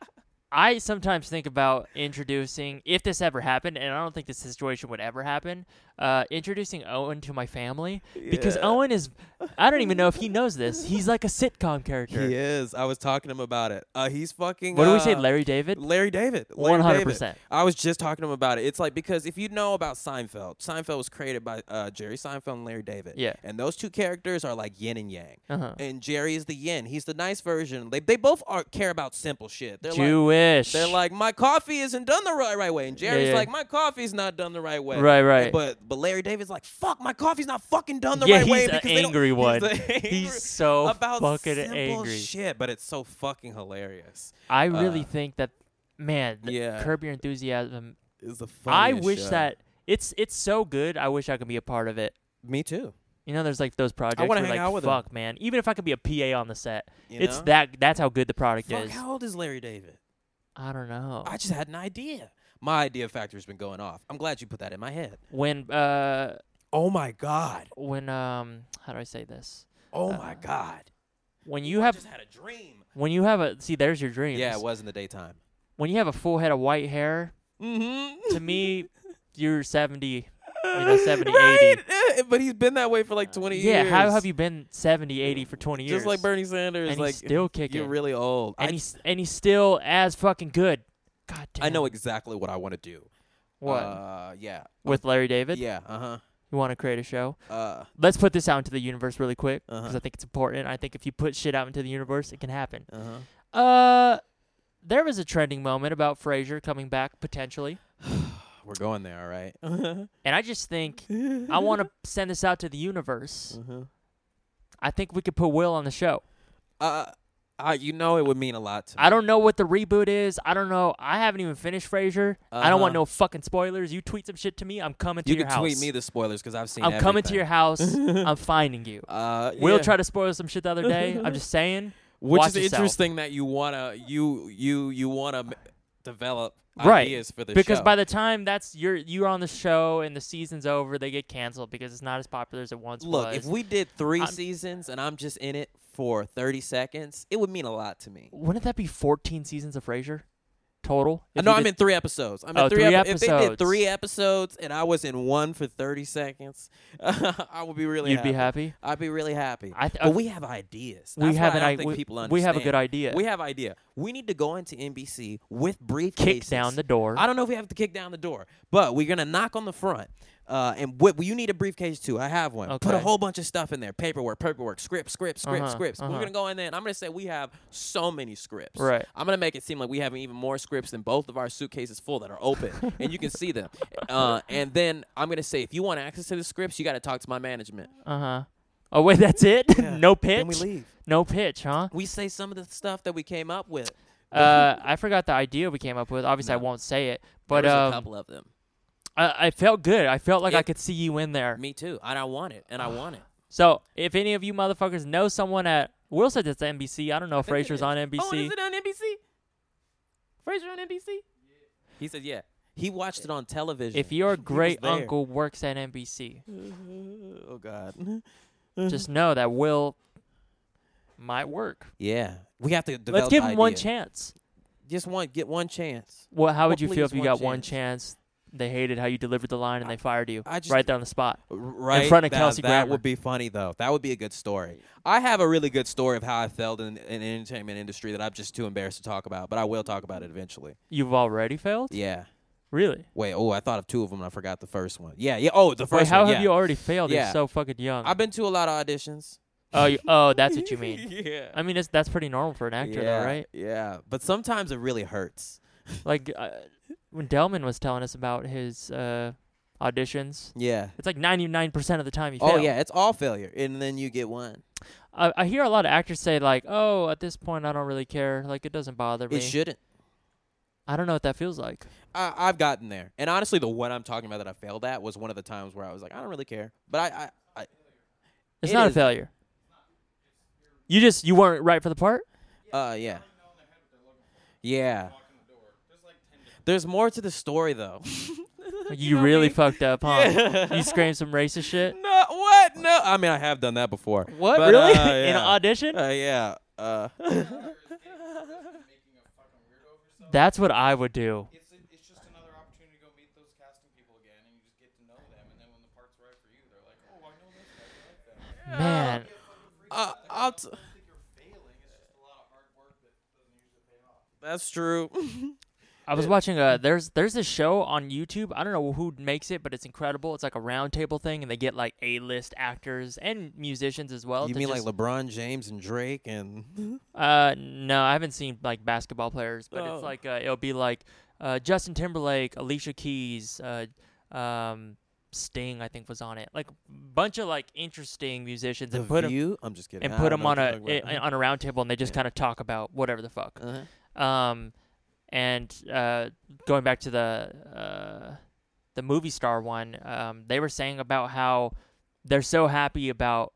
Speaker 1: I sometimes think about introducing, if this ever happened, and I don't think this situation would ever happen, uh, introducing Owen to my family because
Speaker 2: Yeah.
Speaker 1: Owen is, I don't even know if he knows this. He's like a sitcom character.
Speaker 2: He is. I was talking to him about it. Uh, he's fucking.
Speaker 1: What do we say,
Speaker 2: uh,
Speaker 1: Larry David?
Speaker 2: Larry David. Larry
Speaker 1: One hundred
Speaker 2: David.
Speaker 1: percent.
Speaker 2: I was just talking to him about it. It's like because if you know about Seinfeld, Seinfeld was created by uh, Jerry Seinfeld and Larry David.
Speaker 1: Yeah.
Speaker 2: And those two characters are like yin and yang.
Speaker 1: Uh-huh.
Speaker 2: And Jerry is the yin. He's the nice version. They they both are care about simple shit. They're like
Speaker 1: Jewish.
Speaker 2: they're like my coffee isn't done the right, right way, and Jerry's
Speaker 1: yeah.
Speaker 2: like my coffee's not done the right way.
Speaker 1: Right, right.
Speaker 2: But but Larry David's like fuck, my coffee's not fucking done the
Speaker 1: yeah,
Speaker 2: right
Speaker 1: he's
Speaker 2: way
Speaker 1: an
Speaker 2: because they don't-
Speaker 1: angry one.
Speaker 2: He's, the angry-
Speaker 1: He's so
Speaker 2: about
Speaker 1: fucking
Speaker 2: simple
Speaker 1: angry.
Speaker 2: shit, but it's so fucking hilarious.
Speaker 1: I really
Speaker 2: uh,
Speaker 1: think that, man, th-
Speaker 2: yeah.
Speaker 1: Curb Your Enthusiasm.
Speaker 2: It's the
Speaker 1: I
Speaker 2: funniest
Speaker 1: wish
Speaker 2: show.
Speaker 1: that it's it's so good. I wish I could be a part of it.
Speaker 2: Me too.
Speaker 1: You know, there's like those projects.
Speaker 2: wanna
Speaker 1: where,
Speaker 2: hang
Speaker 1: like,
Speaker 2: out with 'em.
Speaker 1: Fuck, man. Even if I could be a PA on the set,
Speaker 2: You
Speaker 1: it's
Speaker 2: know?
Speaker 1: that. That's how good the product
Speaker 2: Fuck,
Speaker 1: is.
Speaker 2: how old is Larry David?
Speaker 1: I don't know.
Speaker 2: I just had an idea. My idea factor's been going off. I'm glad you put that in my head.
Speaker 1: when uh,
Speaker 2: Oh my god.
Speaker 1: when um, how do I say this?
Speaker 2: Oh
Speaker 1: Uh,
Speaker 2: my god.
Speaker 1: When
Speaker 2: Ooh,
Speaker 1: you
Speaker 2: I
Speaker 1: have
Speaker 2: just had a dream.
Speaker 1: when you have a see, there's your dreams.
Speaker 2: Yeah, it was in the daytime.
Speaker 1: When you have a full head of white hair,
Speaker 2: Mm-hmm.
Speaker 1: to me, you're 70. You know, 70, 80.
Speaker 2: Yeah, but he's been that way for like 20
Speaker 1: yeah,
Speaker 2: years.
Speaker 1: how have you been 70, 80 for 20 years?
Speaker 2: Just like Bernie Sanders,
Speaker 1: And
Speaker 2: like
Speaker 1: he's still kicking.
Speaker 2: You're really old.
Speaker 1: and
Speaker 2: I,
Speaker 1: he's and he's still as fucking good. God damn.
Speaker 2: I know exactly what I want to do.
Speaker 1: what
Speaker 2: Uh, yeah.
Speaker 1: with Larry David.
Speaker 2: Yeah. Uh
Speaker 1: You want to create a show?
Speaker 2: huh. Uh.
Speaker 1: Let's put this out into the universe really quick because
Speaker 2: Uh-huh.
Speaker 1: I think it's important. I think if you put shit out into the universe, it can happen.
Speaker 2: Uh huh.
Speaker 1: Uh, there was a trending moment about Frasier coming back potentially,
Speaker 2: We're going there, all right.
Speaker 1: and I just think I want to send this out to the universe.
Speaker 2: Uh-huh.
Speaker 1: Mm. I think we could put Will on the show.
Speaker 2: Uh, I, you know, it would mean a lot to me.
Speaker 1: I don't know what the reboot is. I don't know. I haven't even finished Frasier. I don't want
Speaker 2: Uh-huh.
Speaker 1: no fucking spoilers. You tweet some shit to me. I'm coming to
Speaker 2: You
Speaker 1: your
Speaker 2: can
Speaker 1: house.
Speaker 2: tweet me the spoilers because I've seen.
Speaker 1: I'm coming to
Speaker 2: everything.
Speaker 1: your house. I'm finding you.
Speaker 2: Uh,
Speaker 1: Will
Speaker 2: yeah.
Speaker 1: tried to spoil some shit the other day. I'm just saying.
Speaker 2: Which
Speaker 1: watch
Speaker 2: is
Speaker 1: yourself.
Speaker 2: interesting that you wanna you you you wanna m- develop
Speaker 1: Right,
Speaker 2: ideas for the
Speaker 1: because
Speaker 2: show.
Speaker 1: by the time that's you're you're on the show and the season's over, they get canceled because it's not as popular as it once
Speaker 2: look,
Speaker 1: was.
Speaker 2: if we did 3
Speaker 1: I'm-
Speaker 2: seasons and I'm just in it for 30 seconds, it would mean a lot to me. Uh,
Speaker 1: Wouldn't that be 14 seasons of Frasier total? If
Speaker 2: no,
Speaker 1: you
Speaker 2: I
Speaker 1: did-
Speaker 2: meant three episodes. I mean,
Speaker 1: Oh, three
Speaker 2: If they did
Speaker 1: episodes.
Speaker 2: three episodes and I was in one for 30 seconds, I would be really.
Speaker 1: you'd be happy.
Speaker 2: I'd be really happy.
Speaker 1: I th- uh,
Speaker 2: but we have ideas.
Speaker 1: we
Speaker 2: That's
Speaker 1: have
Speaker 2: what
Speaker 1: an
Speaker 2: I don't
Speaker 1: i-
Speaker 2: think
Speaker 1: we,
Speaker 2: people
Speaker 1: we have a
Speaker 2: understand.
Speaker 1: good idea.
Speaker 2: We have idea. We need to go into NBC with briefcases.
Speaker 1: Kick down the door.
Speaker 2: I don't know if we have to kick down the door, but we're gonna knock on the front. Uh, and what you need a briefcase too. I have one. Put a
Speaker 1: Okay.
Speaker 2: whole bunch of stuff in there: paperwork, paperwork, script, script, script,
Speaker 1: Uh-huh,
Speaker 2: scripts. We're
Speaker 1: uh-huh.
Speaker 2: gonna go in there, and I'm gonna say we have so many scripts.
Speaker 1: Right.
Speaker 2: I'm gonna make it seem like we have even more scripts than both of our suitcases full that are open, and you can see them. Uh, and then I'm gonna say, if you want access to the scripts, you got to talk to my management.
Speaker 1: Uh huh. Oh wait, that's it. no pitch.
Speaker 2: Then we leave.
Speaker 1: No pitch, huh?
Speaker 2: We say some of the stuff that we came up with.
Speaker 1: Uh, I forgot the idea we came up with. Obviously, I
Speaker 2: No.
Speaker 1: won't say it, but
Speaker 2: There's
Speaker 1: um,
Speaker 2: a couple of them.
Speaker 1: I, I felt good. I felt like I
Speaker 2: It-
Speaker 1: could see you in there.
Speaker 2: Me too. And I want it. And I want it.
Speaker 1: So if any of you motherfuckers know someone at Will said it's NBC. I don't know if
Speaker 2: think it
Speaker 1: Frasier's
Speaker 2: is.
Speaker 1: on
Speaker 2: Oh, and
Speaker 1: NBC.
Speaker 2: is it on NBC? Fraser on NBC? He said, yeah. He watched it on television.
Speaker 1: if your
Speaker 2: He was
Speaker 1: great
Speaker 2: there.
Speaker 1: uncle works at NBC,
Speaker 2: Oh, God. Mm-hmm.
Speaker 1: just know that Will might work.
Speaker 2: Yeah. We have to
Speaker 1: Let's
Speaker 2: develop
Speaker 1: give him one
Speaker 2: ideas.
Speaker 1: chance.
Speaker 2: Just one. Get one chance.
Speaker 1: Well, how would
Speaker 2: Well,
Speaker 1: you feel
Speaker 2: please,
Speaker 1: if you
Speaker 2: one
Speaker 1: got one chance? They hated how you delivered the line and they fired you
Speaker 2: I just-
Speaker 1: right there on the spot.
Speaker 2: R- Right.
Speaker 1: front of
Speaker 2: that,
Speaker 1: Kelsey
Speaker 2: That
Speaker 1: Grammer.
Speaker 2: would be funny, though. That would be a good story. I have a really good story of how I failed in, in the entertainment industry that I'm just too embarrassed to talk about, but I will talk about it eventually.
Speaker 1: You've already failed?
Speaker 2: Yeah.
Speaker 1: Really?
Speaker 2: Wait, oh, I thought of two of them and I forgot the first one. Yeah, yeah. Oh, the first
Speaker 1: Wait, how
Speaker 2: one.
Speaker 1: have
Speaker 2: yeah.
Speaker 1: you already failed?
Speaker 2: Yeah.
Speaker 1: You're so fucking young.
Speaker 2: I've been to a lot of auditions.
Speaker 1: oh, you, oh, that's what you mean.
Speaker 2: yeah.
Speaker 1: I mean, it's, that's pretty normal for an actor,
Speaker 2: yeah,
Speaker 1: though, right?
Speaker 2: Yeah, but sometimes it really hurts.
Speaker 1: Like uh, when Delman was telling us about his uh, auditions.
Speaker 2: Yeah.
Speaker 1: It's like 99% of the time you fail.
Speaker 2: Oh yeah, it's all failure, and then you get one.
Speaker 1: I, I hear a lot of actors say like, "Oh, at this point I don't really care. Like it doesn't bother me."
Speaker 2: It shouldn't.
Speaker 1: I don't know what that feels like.
Speaker 2: I, I've gotten there, and honestly, the one I'm talking about that I failed at was one of the times where I was like, I don't really care, but I, I, I
Speaker 1: It's
Speaker 2: It
Speaker 1: not a
Speaker 2: is.
Speaker 1: failure. You just you weren't right for the part.
Speaker 2: Uh, yeah. Yeah. There's more to the story, though.
Speaker 1: Like, you really fucked up, huh? You screamed some racist shit.
Speaker 2: No, what? No. I mean, I have done that before.
Speaker 1: What
Speaker 2: But,
Speaker 1: really
Speaker 2: uh,
Speaker 1: in an
Speaker 2: yeah.
Speaker 1: audition?
Speaker 2: Uh, yeah. Uh,
Speaker 1: That's what I would do.
Speaker 4: It's a, it's just another opportunity to go meet those casting people again, and you just get to know them, and then when the part's right for you, they're like, oh, I know this guy, I like that.
Speaker 1: Man,
Speaker 2: uh, I'll t-
Speaker 4: I think you're failing. It's just a lot of hard work that doesn't usually pay off.
Speaker 2: that's true.
Speaker 1: I was watching uh there's there's this show on YouTube. I don't know who makes it, but it's incredible. It's like a roundtable thing, and they get like A-list actors and musicians as well.
Speaker 2: you
Speaker 1: to
Speaker 2: mean like
Speaker 1: just-
Speaker 2: LeBron James and Drake and
Speaker 1: Uh, no, I haven't seen like basketball players, but
Speaker 2: Oh.
Speaker 1: it's like uh, it'll be like uh, Justin Timberlake, Alicia Keys, uh, um, Sting, I think was on it. Like bunch of like interesting musicians
Speaker 2: The
Speaker 1: and put 'em-
Speaker 2: View? I'm just kidding.
Speaker 1: and
Speaker 2: I
Speaker 1: put
Speaker 2: don't
Speaker 1: them
Speaker 2: know
Speaker 1: on a,
Speaker 2: what
Speaker 1: eh,
Speaker 2: you're
Speaker 1: i-
Speaker 2: talking
Speaker 1: on a round table and they just kind of talk about whatever the fuck.
Speaker 2: about. Uh-huh.
Speaker 1: Um, and uh, going back to the uh, the movie star one, um, they were saying about how they're so happy about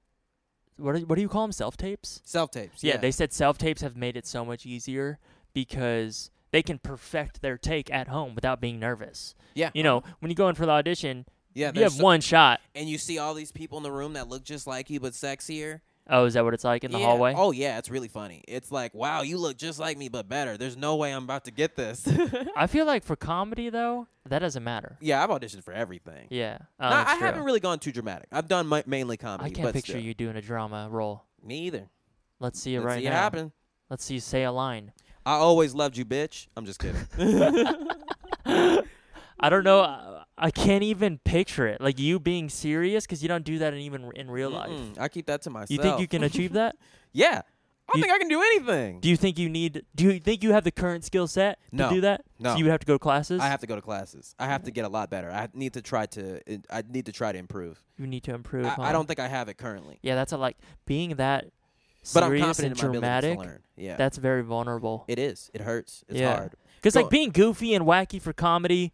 Speaker 1: what do, what do you call them self tapes?
Speaker 2: Self tapes.
Speaker 1: Yeah, they said self tapes have made it so much easier because they can perfect their take at home without being nervous.
Speaker 2: Yeah.
Speaker 1: You know, when you go in for the audition,
Speaker 2: Uh-huh. yeah.
Speaker 1: you have
Speaker 2: there's so-
Speaker 1: one shot.
Speaker 2: and you see all these people in the room that look just like you but sexier.
Speaker 1: Oh, is that what it's like in the
Speaker 2: Yeah.
Speaker 1: hallway?
Speaker 2: Oh yeah, it's really funny. It's like, wow, you look just like me but better. There's no way I'm about to get this.
Speaker 1: I feel like for comedy though, that doesn't matter.
Speaker 2: yeah, I've auditioned for everything.
Speaker 1: Yeah. Oh,
Speaker 2: No, I
Speaker 1: that's true.
Speaker 2: haven't really gone too dramatic. I've done my, mainly comedy.
Speaker 1: I can't
Speaker 2: but
Speaker 1: picture
Speaker 2: still.
Speaker 1: you doing a drama role.
Speaker 2: Me either.
Speaker 1: Let's see it
Speaker 2: Let's
Speaker 1: right
Speaker 2: see
Speaker 1: now.
Speaker 2: it happen.
Speaker 1: Let's see you say a line.
Speaker 2: I always loved you, bitch. I'm just kidding.
Speaker 1: I don't know. I- I can't even picture it. Like you being serious because you don't do that in, even in real life.
Speaker 2: Mm-mm, I keep that to myself.
Speaker 1: You think you can achieve that?
Speaker 2: Yeah. I don't
Speaker 1: You-
Speaker 2: think I can do anything.
Speaker 1: Do you think you need? Do you think you have the current skill set to
Speaker 2: No.
Speaker 1: do that?
Speaker 2: No.
Speaker 1: So you would have to go to classes.
Speaker 2: I have to go to classes. I have to get a lot better. I need to try to. I need to try to improve.
Speaker 1: you need to improve.
Speaker 2: I, I
Speaker 1: on-
Speaker 2: don't think I have it currently,
Speaker 1: Yeah, that's a like being that
Speaker 2: but I'm
Speaker 1: serious
Speaker 2: confident
Speaker 1: and
Speaker 2: in my
Speaker 1: dramatic.
Speaker 2: ability to learn. Yeah,
Speaker 1: That's very vulnerable.
Speaker 2: it is. It hurts. It's
Speaker 1: Yeah.
Speaker 2: hard.
Speaker 1: Because
Speaker 2: Go-
Speaker 1: like being goofy and wacky for comedy,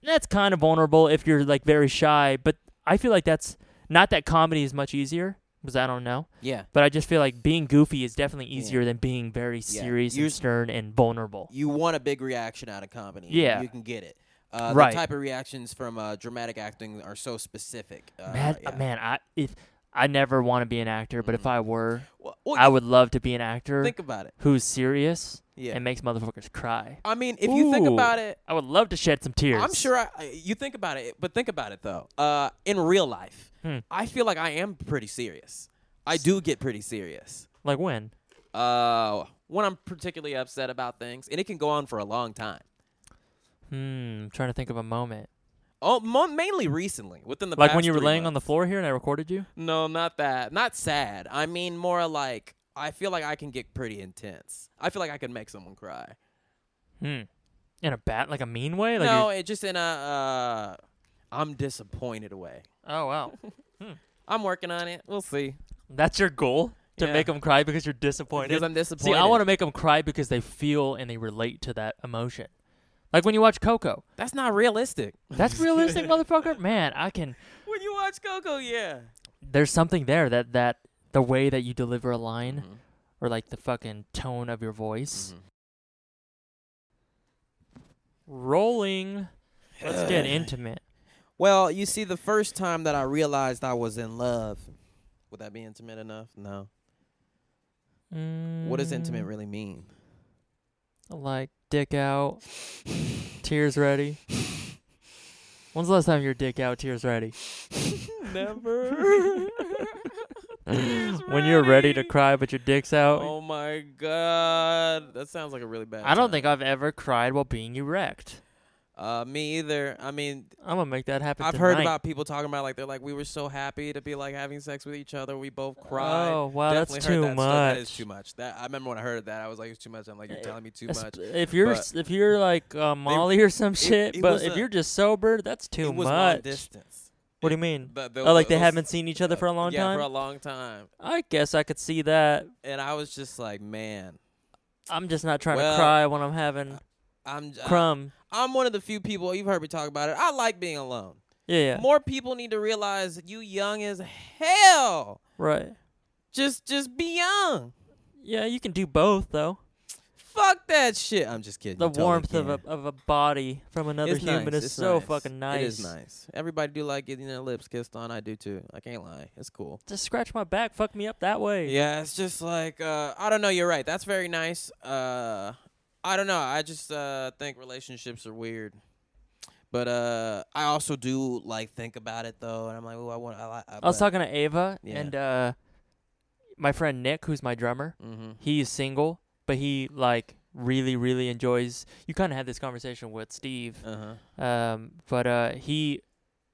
Speaker 1: that's kind of vulnerable if you're like very shy. But I feel like that's not that comedy is much easier because I don't know.
Speaker 2: Yeah,
Speaker 1: But I just feel like being goofy is definitely easier than being very serious
Speaker 2: You're-
Speaker 1: and stern and vulnerable.
Speaker 2: you want a big reaction out of comedy.
Speaker 1: Yeah.
Speaker 2: you can get it. Uh,
Speaker 1: Right.
Speaker 2: The type of reactions from uh, dramatic acting are so specific. Uh,
Speaker 1: Man,
Speaker 2: yeah.
Speaker 1: man, I if I never want to be an actor, but if I were,
Speaker 2: Well, well,
Speaker 1: I would love to be an actor
Speaker 2: think about it.
Speaker 1: who's serious
Speaker 2: Yeah.
Speaker 1: and makes motherfuckers cry.
Speaker 2: I mean, if you think
Speaker 1: Ooh.
Speaker 2: about it,
Speaker 1: I would love to shed some tears.
Speaker 2: I'm sure I, I- you think about it, but think about it though. Uh, in real life,
Speaker 1: Hmm.
Speaker 2: I feel like I am pretty serious. I do get pretty serious.
Speaker 1: Like when?
Speaker 2: Uh, when I'm particularly upset about things, and it can go on for a long time.
Speaker 1: Hmm. I'm trying to think of a moment.
Speaker 2: Oh, mo- mainly recently, within the
Speaker 1: Like
Speaker 2: past
Speaker 1: when you were
Speaker 2: three
Speaker 1: laying on the
Speaker 2: months.
Speaker 1: floor here and I recorded you.
Speaker 2: No, not that. Not sad. I mean, more like I feel like I can get pretty intense. I feel like I can make someone cry.
Speaker 1: Hmm. In a bat, like a mean way. Like
Speaker 2: no,
Speaker 1: you're-
Speaker 2: it just in a uh, I'm disappointed way.
Speaker 1: Oh wow.
Speaker 2: I'm working on it. We'll see.
Speaker 1: That's your goal to
Speaker 2: Yeah.
Speaker 1: make them cry because you're disappointed.
Speaker 2: Because I'm
Speaker 1: See,
Speaker 2: disappointed.
Speaker 1: I want to make them cry because they feel and they relate to that emotion. Like when you watch Coco.
Speaker 2: That's not realistic.
Speaker 1: That's realistic, motherfucker. Man, I can.
Speaker 2: When you watch Coco, yeah.
Speaker 1: There's something there that that the way that you deliver a line or like the fucking tone of your
Speaker 2: Mm-hmm.
Speaker 1: voice.
Speaker 2: Mm-hmm.
Speaker 1: Rolling. Let's get intimate.
Speaker 2: Well, you see, the first time that I realized I was in love, would that be intimate enough? No. What does intimate
Speaker 1: Mm,
Speaker 2: really mean?
Speaker 1: Like dick out, tears ready. When's the last time you were dick out, tears ready?
Speaker 2: Never.
Speaker 1: When you're ready to cry, but your dick's out.
Speaker 2: Oh my god, that sounds like a really bad.
Speaker 1: I don't
Speaker 2: time.
Speaker 1: think I've ever cried while being erect.
Speaker 2: Uh, me either. I mean,
Speaker 1: I'm gonna make that happen.
Speaker 2: I've heard
Speaker 1: tonight.
Speaker 2: about people talking about like they're like we were so happy to be like having sex with each other. We both cried.
Speaker 1: Oh, wow, that's
Speaker 2: Definitely
Speaker 1: too
Speaker 2: heard that Stuff. That is
Speaker 1: much.
Speaker 2: too much. That I remember when I heard that, I was like, it's too much. I'm like, you're
Speaker 1: Eh,
Speaker 2: telling me too
Speaker 1: Esp-
Speaker 2: much.
Speaker 1: If you're
Speaker 2: but-
Speaker 1: s- if you're like uh, Molly or some shit,
Speaker 2: it
Speaker 1: but
Speaker 2: was
Speaker 1: if
Speaker 2: a-
Speaker 1: you're just sober, that's too
Speaker 2: it was long
Speaker 1: much.
Speaker 2: distance.
Speaker 1: What do you mean?
Speaker 2: But
Speaker 1: oh, like they
Speaker 2: those-
Speaker 1: haven't seen each other for a long
Speaker 2: uh, yeah,
Speaker 1: time.
Speaker 2: for a long time.
Speaker 1: I guess I could see that.
Speaker 2: And I was just like, man,
Speaker 1: I'm just not trying
Speaker 2: Well, uh,
Speaker 1: to cry when I'm having
Speaker 2: I'm I,
Speaker 1: crumb.
Speaker 2: I'm one of the few people you've heard me talk about it. I like being alone.
Speaker 1: Yeah, yeah,
Speaker 2: More people need to realize you young as hell.
Speaker 1: right.
Speaker 2: Just just be young.
Speaker 1: Yeah, you can do both though.
Speaker 2: Fuck that shit. I'm just kidding.
Speaker 1: The
Speaker 2: you totally
Speaker 1: warmth of a
Speaker 2: can.
Speaker 1: of a body from another
Speaker 2: It's
Speaker 1: human
Speaker 2: nice,
Speaker 1: is
Speaker 2: it's
Speaker 1: so
Speaker 2: nice.
Speaker 1: fucking nice.
Speaker 2: It is nice. Everybody do like getting their lips kissed on. I do too. I can't lie. It's cool.
Speaker 1: Just scratch my back, fuck me up that way.
Speaker 2: Yeah, it's just like uh, I don't know. You're right. That's very nice. Uh, I don't know. I just uh, think relationships are weird. But uh, I also do like think about it though, and I'm like, oh, I want. I, li- I,
Speaker 1: I was talking to Ava
Speaker 2: Yeah.
Speaker 1: and uh, my friend Nick, who's my drummer.
Speaker 2: Mm-hmm.
Speaker 1: he's single, but he like really really enjoys. You kind of had this conversation with Steve,
Speaker 2: Uh huh.
Speaker 1: um, but uh, he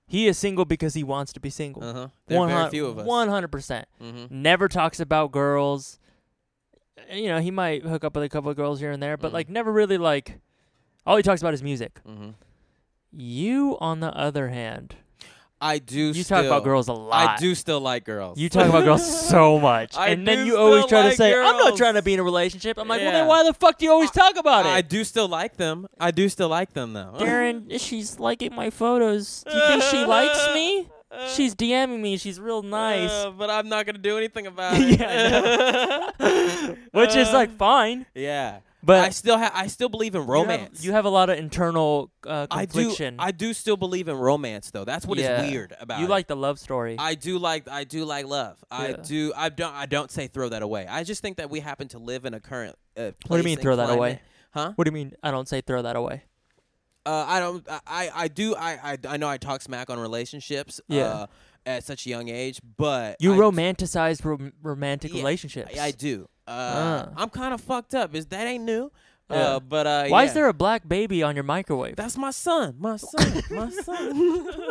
Speaker 1: he is single because he wants to be single.
Speaker 2: Uh huh. There are very few of us.
Speaker 1: One hundred percent.
Speaker 2: Mm-hmm.
Speaker 1: Never talks about girls. Uh, You know, he might hook up with a couple of girls here and there, but
Speaker 2: Mhm.
Speaker 1: like never really like. All he talks about is music.
Speaker 2: Mm-hmm.
Speaker 1: You, on the other hand,
Speaker 2: I do.
Speaker 1: you
Speaker 2: still,
Speaker 1: talk about girls a lot.
Speaker 2: I do still like girls.
Speaker 1: You talk about girls so much,
Speaker 2: I
Speaker 1: and then
Speaker 2: do
Speaker 1: you always
Speaker 2: still
Speaker 1: try to
Speaker 2: like
Speaker 1: say, "I'm not
Speaker 2: girls."
Speaker 1: trying to be in a relationship." I'm like, "Well, then
Speaker 2: Yeah.
Speaker 1: why the fuck do you always talk about it?"
Speaker 2: I do still like them. I do still like them though.
Speaker 1: Darren, she's liking my photos. Do you think she likes me? She's DMing me. She's real nice,
Speaker 2: Uh, but I'm not gonna do anything about it.
Speaker 1: Yeah, which is
Speaker 2: Uh,
Speaker 1: like fine,
Speaker 2: yeah. I
Speaker 1: but
Speaker 2: still ha- I still believe in romance.
Speaker 1: You have, you have a lot of internal uh,
Speaker 2: I do.
Speaker 1: confliction.
Speaker 2: I do still believe in romance though. That's what is
Speaker 1: Yeah.
Speaker 2: weird about
Speaker 1: you
Speaker 2: it.
Speaker 1: like the love story.
Speaker 2: I do like I do like love. I
Speaker 1: Yeah.
Speaker 2: do I don't I don't say throw that away. I just think that we happen to live in a current uh,
Speaker 1: What do you
Speaker 2: place
Speaker 1: mean,
Speaker 2: and
Speaker 1: throw that
Speaker 2: climate-
Speaker 1: away?
Speaker 2: Huh?
Speaker 1: what do you mean? I don't say throw that away.
Speaker 2: Uh, I don't. I- I. I do. I. I. I know. I talk smack on relationships.
Speaker 1: Yeah.
Speaker 2: Uh, at such a young age, but
Speaker 1: You
Speaker 2: I-
Speaker 1: romanticize rom- romantic
Speaker 2: Yeah,
Speaker 1: relationships.
Speaker 2: I, I do. Uh,
Speaker 1: Ah.
Speaker 2: I'm kind of fucked up. Is that ain't new?
Speaker 1: Yeah.
Speaker 2: Uh, but uh,
Speaker 1: Why is
Speaker 2: yeah.
Speaker 1: there a black baby on your microwave?
Speaker 2: That's my son. My son. my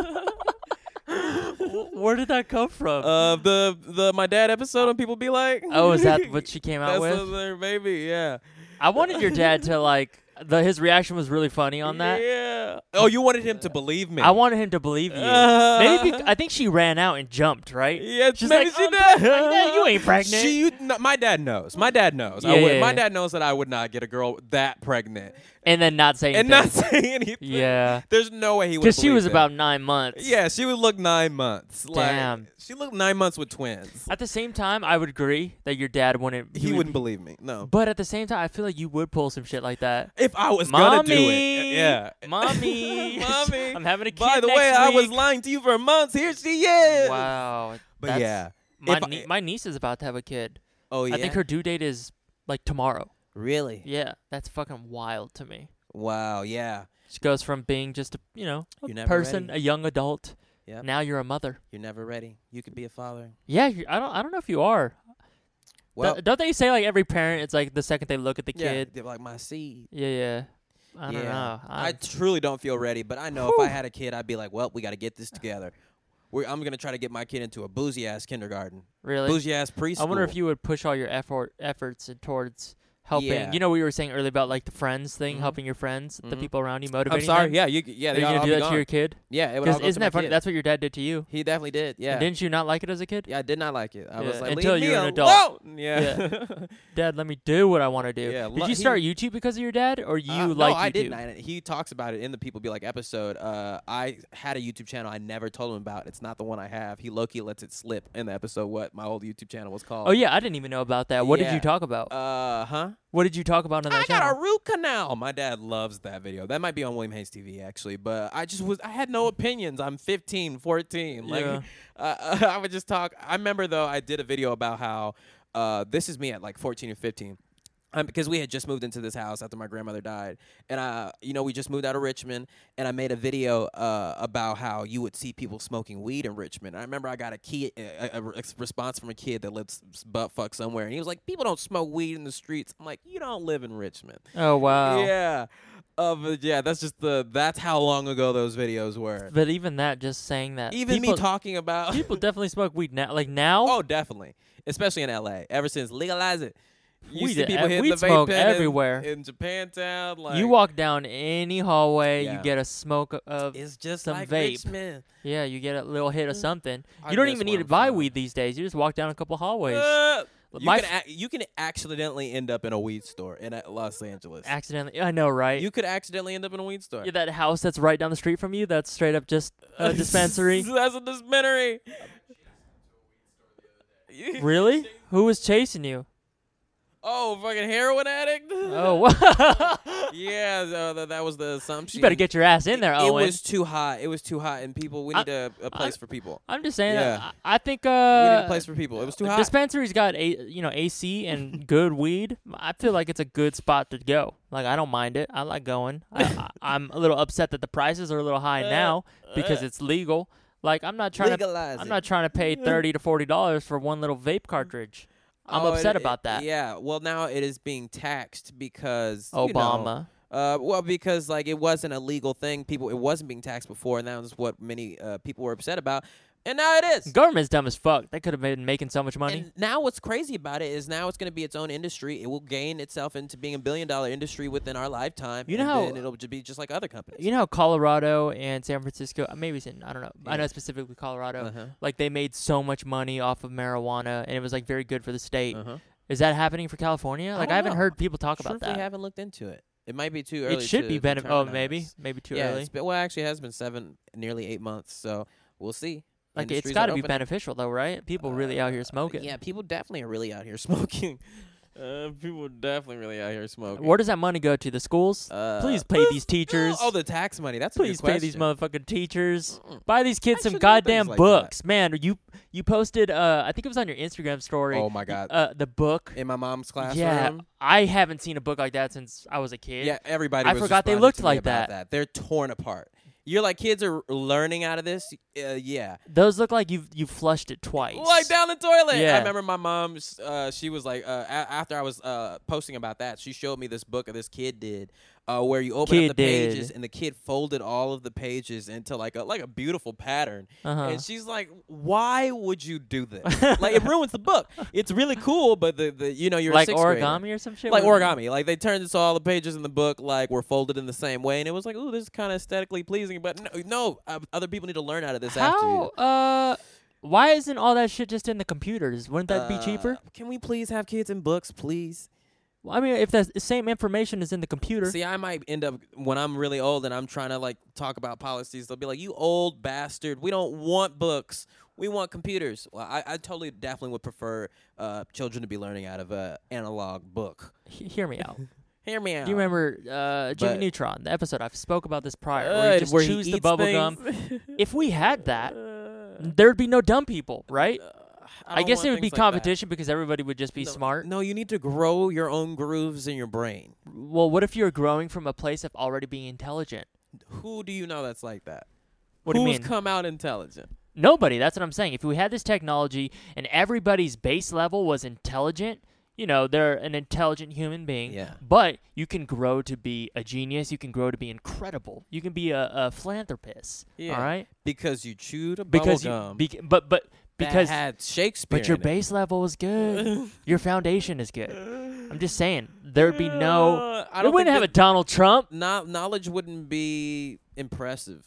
Speaker 2: son.
Speaker 1: Where did that come from?
Speaker 2: uh, the the my dad episode when people be like,
Speaker 1: oh, is that what she came out
Speaker 2: That's
Speaker 1: with?
Speaker 2: their baby. Yeah.
Speaker 1: I wanted your dad to like the his reaction was really funny on that.
Speaker 2: Yeah. Oh, you wanted him to believe me. Uh.
Speaker 1: I wanted him to believe you. Maybe bec- I think she ran out and jumped, right?
Speaker 2: Yeah,
Speaker 1: She's
Speaker 2: maybe
Speaker 1: like, "Oh,
Speaker 2: she
Speaker 1: "I'm
Speaker 2: did.
Speaker 1: pregnant. You ain't pregnant.
Speaker 2: She, you- no, my dad knows. My dad knows.
Speaker 1: Yeah,
Speaker 2: I would,
Speaker 1: yeah, yeah.
Speaker 2: My dad knows that I would not get a girl that pregnant
Speaker 1: and then not saying
Speaker 2: and not say anything.
Speaker 1: Yeah,
Speaker 2: There's no way he would.
Speaker 1: because she
Speaker 2: believe
Speaker 1: was
Speaker 2: that.
Speaker 1: about nine months.
Speaker 2: Yeah, she would look nine months. Like,
Speaker 1: Damn.
Speaker 2: She looked nine months with twins.
Speaker 1: At the same time, I would agree that your dad wouldn't.
Speaker 2: He
Speaker 1: would-
Speaker 2: wouldn't believe me. No.
Speaker 1: But at the same time, I feel like you would pull some shit like that.
Speaker 2: If I was gonna do it,
Speaker 1: Mommy!
Speaker 2: yeah.
Speaker 1: Mommy,
Speaker 2: Mommy.
Speaker 1: I'm having a kid.
Speaker 2: By the way,
Speaker 1: next
Speaker 2: I was
Speaker 1: week.
Speaker 2: lying to you for months. Here she is.
Speaker 1: Wow.
Speaker 2: But
Speaker 1: that's-
Speaker 2: yeah.
Speaker 1: My,
Speaker 2: If I-
Speaker 1: nie- my niece is about to have a kid.
Speaker 2: Oh yeah.
Speaker 1: I think her due date is like tomorrow.
Speaker 2: really.
Speaker 1: Yeah, that's fucking wild to me.
Speaker 2: Wow. Yeah.
Speaker 1: She goes from being just a you know a
Speaker 2: You're never
Speaker 1: person,
Speaker 2: ready.
Speaker 1: a young adult.
Speaker 2: Yep.
Speaker 1: Now you're a mother.
Speaker 2: You're never ready. You could be a father.
Speaker 1: Yeah, you I don't. I don't know if you are.
Speaker 2: Well,
Speaker 1: Th- don't they say like every parent? It's like the second they look at the
Speaker 2: yeah.
Speaker 1: kid. Uh,
Speaker 2: they're Like my seed.
Speaker 1: Yeah, yeah. I don't
Speaker 2: yeah.
Speaker 1: know.
Speaker 2: I
Speaker 1: I'm-
Speaker 2: truly don't feel ready, but I know if I had a kid, I'd be like, well, we got to get this together. We're, I'm gonna try to get my kid into a boozy ass kindergarten,
Speaker 1: really.
Speaker 2: boozy ass preschool.
Speaker 1: I wonder if you would push all your effort efforts towards helping.
Speaker 2: Yeah.
Speaker 1: You know, we were saying earlier about like the friends thing,
Speaker 2: Mhm.
Speaker 1: helping your friends, the
Speaker 2: Mhm.
Speaker 1: people around you,
Speaker 2: I'm
Speaker 1: motivating.
Speaker 2: sorry.
Speaker 1: Them.
Speaker 2: Yeah. You. Yeah.
Speaker 1: Are
Speaker 2: They
Speaker 1: you
Speaker 2: all
Speaker 1: gonna
Speaker 2: be
Speaker 1: do that
Speaker 2: gone.
Speaker 1: to your kid?
Speaker 2: Yeah. It would all
Speaker 1: Because
Speaker 2: go to
Speaker 1: isn't
Speaker 2: my
Speaker 1: that funny?
Speaker 2: kid.
Speaker 1: That's what your dad did to you.
Speaker 2: he definitely did. Yeah.
Speaker 1: And didn't you not like it as a kid?
Speaker 2: Yeah, I did not like it. I
Speaker 1: Yeah,
Speaker 2: was like,
Speaker 1: until
Speaker 2: leave
Speaker 1: you
Speaker 2: me
Speaker 1: were an adult.
Speaker 2: adult. Yeah.
Speaker 1: Dad, let me do what I want to do.
Speaker 2: Yeah,
Speaker 1: did
Speaker 2: lo-
Speaker 1: you start
Speaker 2: he-
Speaker 1: YouTube because of your dad, or you
Speaker 2: Uh,
Speaker 1: like
Speaker 2: no, I
Speaker 1: YouTube?
Speaker 2: didn't. I- he talks about it in the People Be Like episode. Uh, I had a YouTube channel I never told him about. It's not the one I have. He Loki lets it slip in the episode what my old YouTube channel was called.
Speaker 1: Oh yeah, I didn't even know about that. What did you
Speaker 2: Yeah.
Speaker 1: talk about?
Speaker 2: Uh huh.
Speaker 1: what did you talk about on that
Speaker 2: I
Speaker 1: channel?
Speaker 2: got a root canal. Oh, My dad loves that video. That might be on William Hayes TV actually, but I just was I had no opinions. I'm 15, 14. Like
Speaker 1: Yeah.
Speaker 2: uh, I would just talk. I remember though I did a video about how uh, this is me at like 14 or 15. Um, because we had just moved into this house after my grandmother died, and I, you know, we just moved out of Richmond, and I made a video uh, about how you would see people smoking weed in Richmond. I remember I got a key, a, a- a re- response from a kid that lives s- butt fuck somewhere, and he was like, "People don't smoke weed in the streets." I'm like, "You don't live in Richmond."
Speaker 1: oh wow.
Speaker 2: Yeah. of uh, yeah, that's just the that's how long ago those videos were.
Speaker 1: But even that, just saying that.
Speaker 2: Even
Speaker 1: people,
Speaker 2: me talking about
Speaker 1: people definitely smoke weed now. Like now,
Speaker 2: Oh, definitely. Especially in LA. Ever since legalize it. You
Speaker 1: We
Speaker 2: see
Speaker 1: did
Speaker 2: people
Speaker 1: ev-
Speaker 2: hitting
Speaker 1: we
Speaker 2: the vape
Speaker 1: smoke
Speaker 2: pen in-
Speaker 1: everywhere.
Speaker 2: in, Japantown like
Speaker 1: you walk down any hallway,
Speaker 2: Oh Yeah.
Speaker 1: you get a smoke o- of
Speaker 2: it's just
Speaker 1: some
Speaker 2: like
Speaker 1: vape.
Speaker 2: Richmond.
Speaker 1: yeah, you get a little hit of something.
Speaker 2: Mm. I
Speaker 1: You don't
Speaker 2: miss
Speaker 1: even
Speaker 2: where
Speaker 1: need to
Speaker 2: I'm
Speaker 1: buy
Speaker 2: from.
Speaker 1: weed these days. You just walk down a couple hallways.
Speaker 2: Uh, you,
Speaker 1: My
Speaker 2: can ac- you can accidentally end up in a weed store in uh, Los Angeles.
Speaker 1: accidentally, I know, right?
Speaker 2: You could accidentally end up in a weed store.
Speaker 1: yeah, that house that's right down the street from you, that's straight up just a dispensary.
Speaker 2: That's a dispensary.
Speaker 1: really? Who was chasing you?
Speaker 2: Oh, fucking heroin addict.
Speaker 1: Oh, wha-
Speaker 2: yeah, so tha- that was the assumption.
Speaker 1: you better get your ass in there,
Speaker 2: It
Speaker 1: Owen.
Speaker 2: was too hot. It was too hot, and people. We
Speaker 1: I-
Speaker 2: need a, a place for people.
Speaker 1: I'm just saying.
Speaker 2: Yeah.
Speaker 1: that I, I think
Speaker 2: We
Speaker 1: uh,
Speaker 2: need a place for people. It was too hot.
Speaker 1: Dispensary's got a you know AC and good weed. I feel like it's a good spot to go. Like I don't mind it. I like going. I, I, I'm a little upset that the prices are a little high now because it's legal. Like I'm not trying
Speaker 2: Uh, Legalize
Speaker 1: to.
Speaker 2: it.
Speaker 1: I'm not trying to pay thirty to forty dollars for one little vape cartridge. I'm
Speaker 2: Oh, it-
Speaker 1: upset
Speaker 2: it-
Speaker 1: about that.
Speaker 2: Yeah. Well, now it is being taxed because you know,
Speaker 1: Obama.
Speaker 2: Uh, well, because like it wasn't a legal thing. People, it wasn't being taxed before, and that was what many uh, people were upset about. And now it is.
Speaker 1: Government's dumb as fuck. They could have been making so much money.
Speaker 2: And now what's crazy about it is now it's going to be its own industry. It will gain itself into being a billion dollar industry within our lifetime.
Speaker 1: You know
Speaker 2: and
Speaker 1: how-
Speaker 2: then it'll ju- be just like other companies.
Speaker 1: you know how Colorado and San Francisco, uh, maybe it's in, I don't know. I
Speaker 2: Yeah.
Speaker 1: know specifically Colorado.
Speaker 2: Uh-huh.
Speaker 1: Like they made so much money off of marijuana, and it was like very good for the state.
Speaker 2: Uh-huh.
Speaker 1: Is that happening for California? Like I,
Speaker 2: don't
Speaker 1: haven't
Speaker 2: know.
Speaker 1: heard people talk about
Speaker 2: Truthfully,
Speaker 1: that.
Speaker 2: haven't looked into it. It might be too early.
Speaker 1: It should
Speaker 2: to
Speaker 1: be benef-
Speaker 2: determine
Speaker 1: Oh,
Speaker 2: on this.
Speaker 1: maybe, maybe too
Speaker 2: yeah,
Speaker 1: early.
Speaker 2: It's been, well, actually, it has been seven, nearly eight months. So we'll see.
Speaker 1: like it's
Speaker 2: Industries
Speaker 1: got to
Speaker 2: that
Speaker 1: be
Speaker 2: open up- Uh,
Speaker 1: beneficial though, right? People really out here smoking.
Speaker 2: Yeah, people definitely are really out here smoking. Uh, people definitely really out here smoking.
Speaker 1: Where does that money go to? The schools?
Speaker 2: Uh,
Speaker 1: Please pay these teachers.
Speaker 2: Oh, the tax money. That's
Speaker 1: Please
Speaker 2: a good
Speaker 1: pay these
Speaker 2: question.
Speaker 1: motherfucking teachers.
Speaker 2: Mm.
Speaker 1: Buy these kids
Speaker 2: I
Speaker 1: some
Speaker 2: should know things
Speaker 1: goddamn
Speaker 2: like that.
Speaker 1: books, man. You you posted uh I think it was on your Instagram story.
Speaker 2: Oh my god.
Speaker 1: Uh, the book.
Speaker 2: In my mom's classroom.
Speaker 1: Yeah, I haven't seen a book like that since I was a kid.
Speaker 2: Yeah, everybody.
Speaker 1: I
Speaker 2: was
Speaker 1: forgot they
Speaker 2: responding
Speaker 1: looked
Speaker 2: to me
Speaker 1: like
Speaker 2: about
Speaker 1: that.
Speaker 2: They're torn apart. You're like kids are learning out of this. Uh, yeah,
Speaker 1: Those look like you've you flushed it twice.
Speaker 2: like down the toilet.
Speaker 1: Yeah.
Speaker 2: I remember my mom. Uh, she was like, uh, a- after I was uh, posting about that, she showed me this book that this kid did, uh, where you open
Speaker 1: Kid
Speaker 2: up the pages
Speaker 1: did.
Speaker 2: and the kid folded all of the pages into like a like a beautiful pattern.
Speaker 1: Uh-huh.
Speaker 2: And she's like, "Why would you do this? like it ruins the book. It's really cool, but the, the you know you're a
Speaker 1: like
Speaker 2: sixth grader.
Speaker 1: origami or some shit.
Speaker 2: like
Speaker 1: What-
Speaker 2: origami. Like they turned it so all the pages in the book like were folded in the same way, and it was like, ooh, this is kind of aesthetically pleasing. But no, no uh, other people need to learn out of this. After
Speaker 1: How?
Speaker 2: you.
Speaker 1: Uh, why isn't all that shit just in the computers? Wouldn't that be
Speaker 2: Uh,
Speaker 1: cheaper?
Speaker 2: Can we please have kids in books, please?
Speaker 1: Well, I mean, if the s- same information is in the computer,
Speaker 2: See, I might end up when I'm really old and I'm trying to like talk about policies. They'll be like, "You old bastard! We don't want books. We want computers." Well, I, I totally, definitely would prefer uh, children to be learning out of a analog book.
Speaker 1: he- hear me out.
Speaker 2: Hear me out.
Speaker 1: Do you remember uh, Jimmy
Speaker 2: But-
Speaker 1: Neutron? The episode I've spoke about this prior, where
Speaker 2: Uh,
Speaker 1: you just
Speaker 2: where he
Speaker 1: choose the
Speaker 2: eats
Speaker 1: bubble
Speaker 2: things? Uh,
Speaker 1: gum. if we had that, there'd be no dumb people, right? I,
Speaker 2: don't
Speaker 1: guess
Speaker 2: want
Speaker 1: it would be
Speaker 2: things like that.
Speaker 1: competition because everybody would just be
Speaker 2: No,
Speaker 1: smart.
Speaker 2: No, you need to grow your own grooves in your brain.
Speaker 1: Well, what if you're growing from a place of already being intelligent?
Speaker 2: Who do you know that's like that?
Speaker 1: What
Speaker 2: Who's
Speaker 1: do you mean?
Speaker 2: come out intelligent?
Speaker 1: Nobody. That's what I'm saying. If we had this technology and everybody's base level was intelligent, you know, they're an intelligent human being.
Speaker 2: Yeah.
Speaker 1: But you can grow to be a genius. You can grow to be incredible. You can be a, a philanthropist. All
Speaker 2: Yeah.
Speaker 1: right.
Speaker 2: Because you chewed a
Speaker 1: Because you,
Speaker 2: bubblegum
Speaker 1: bec- but but because
Speaker 2: that had Shakespeare.
Speaker 1: but your
Speaker 2: in it.
Speaker 1: base level is good. your foundation is good. I'm just saying there'd be no.
Speaker 2: Uh, I
Speaker 1: we
Speaker 2: don't
Speaker 1: wouldn't have a Donald Trump.
Speaker 2: a no- knowledge wouldn't be impressive.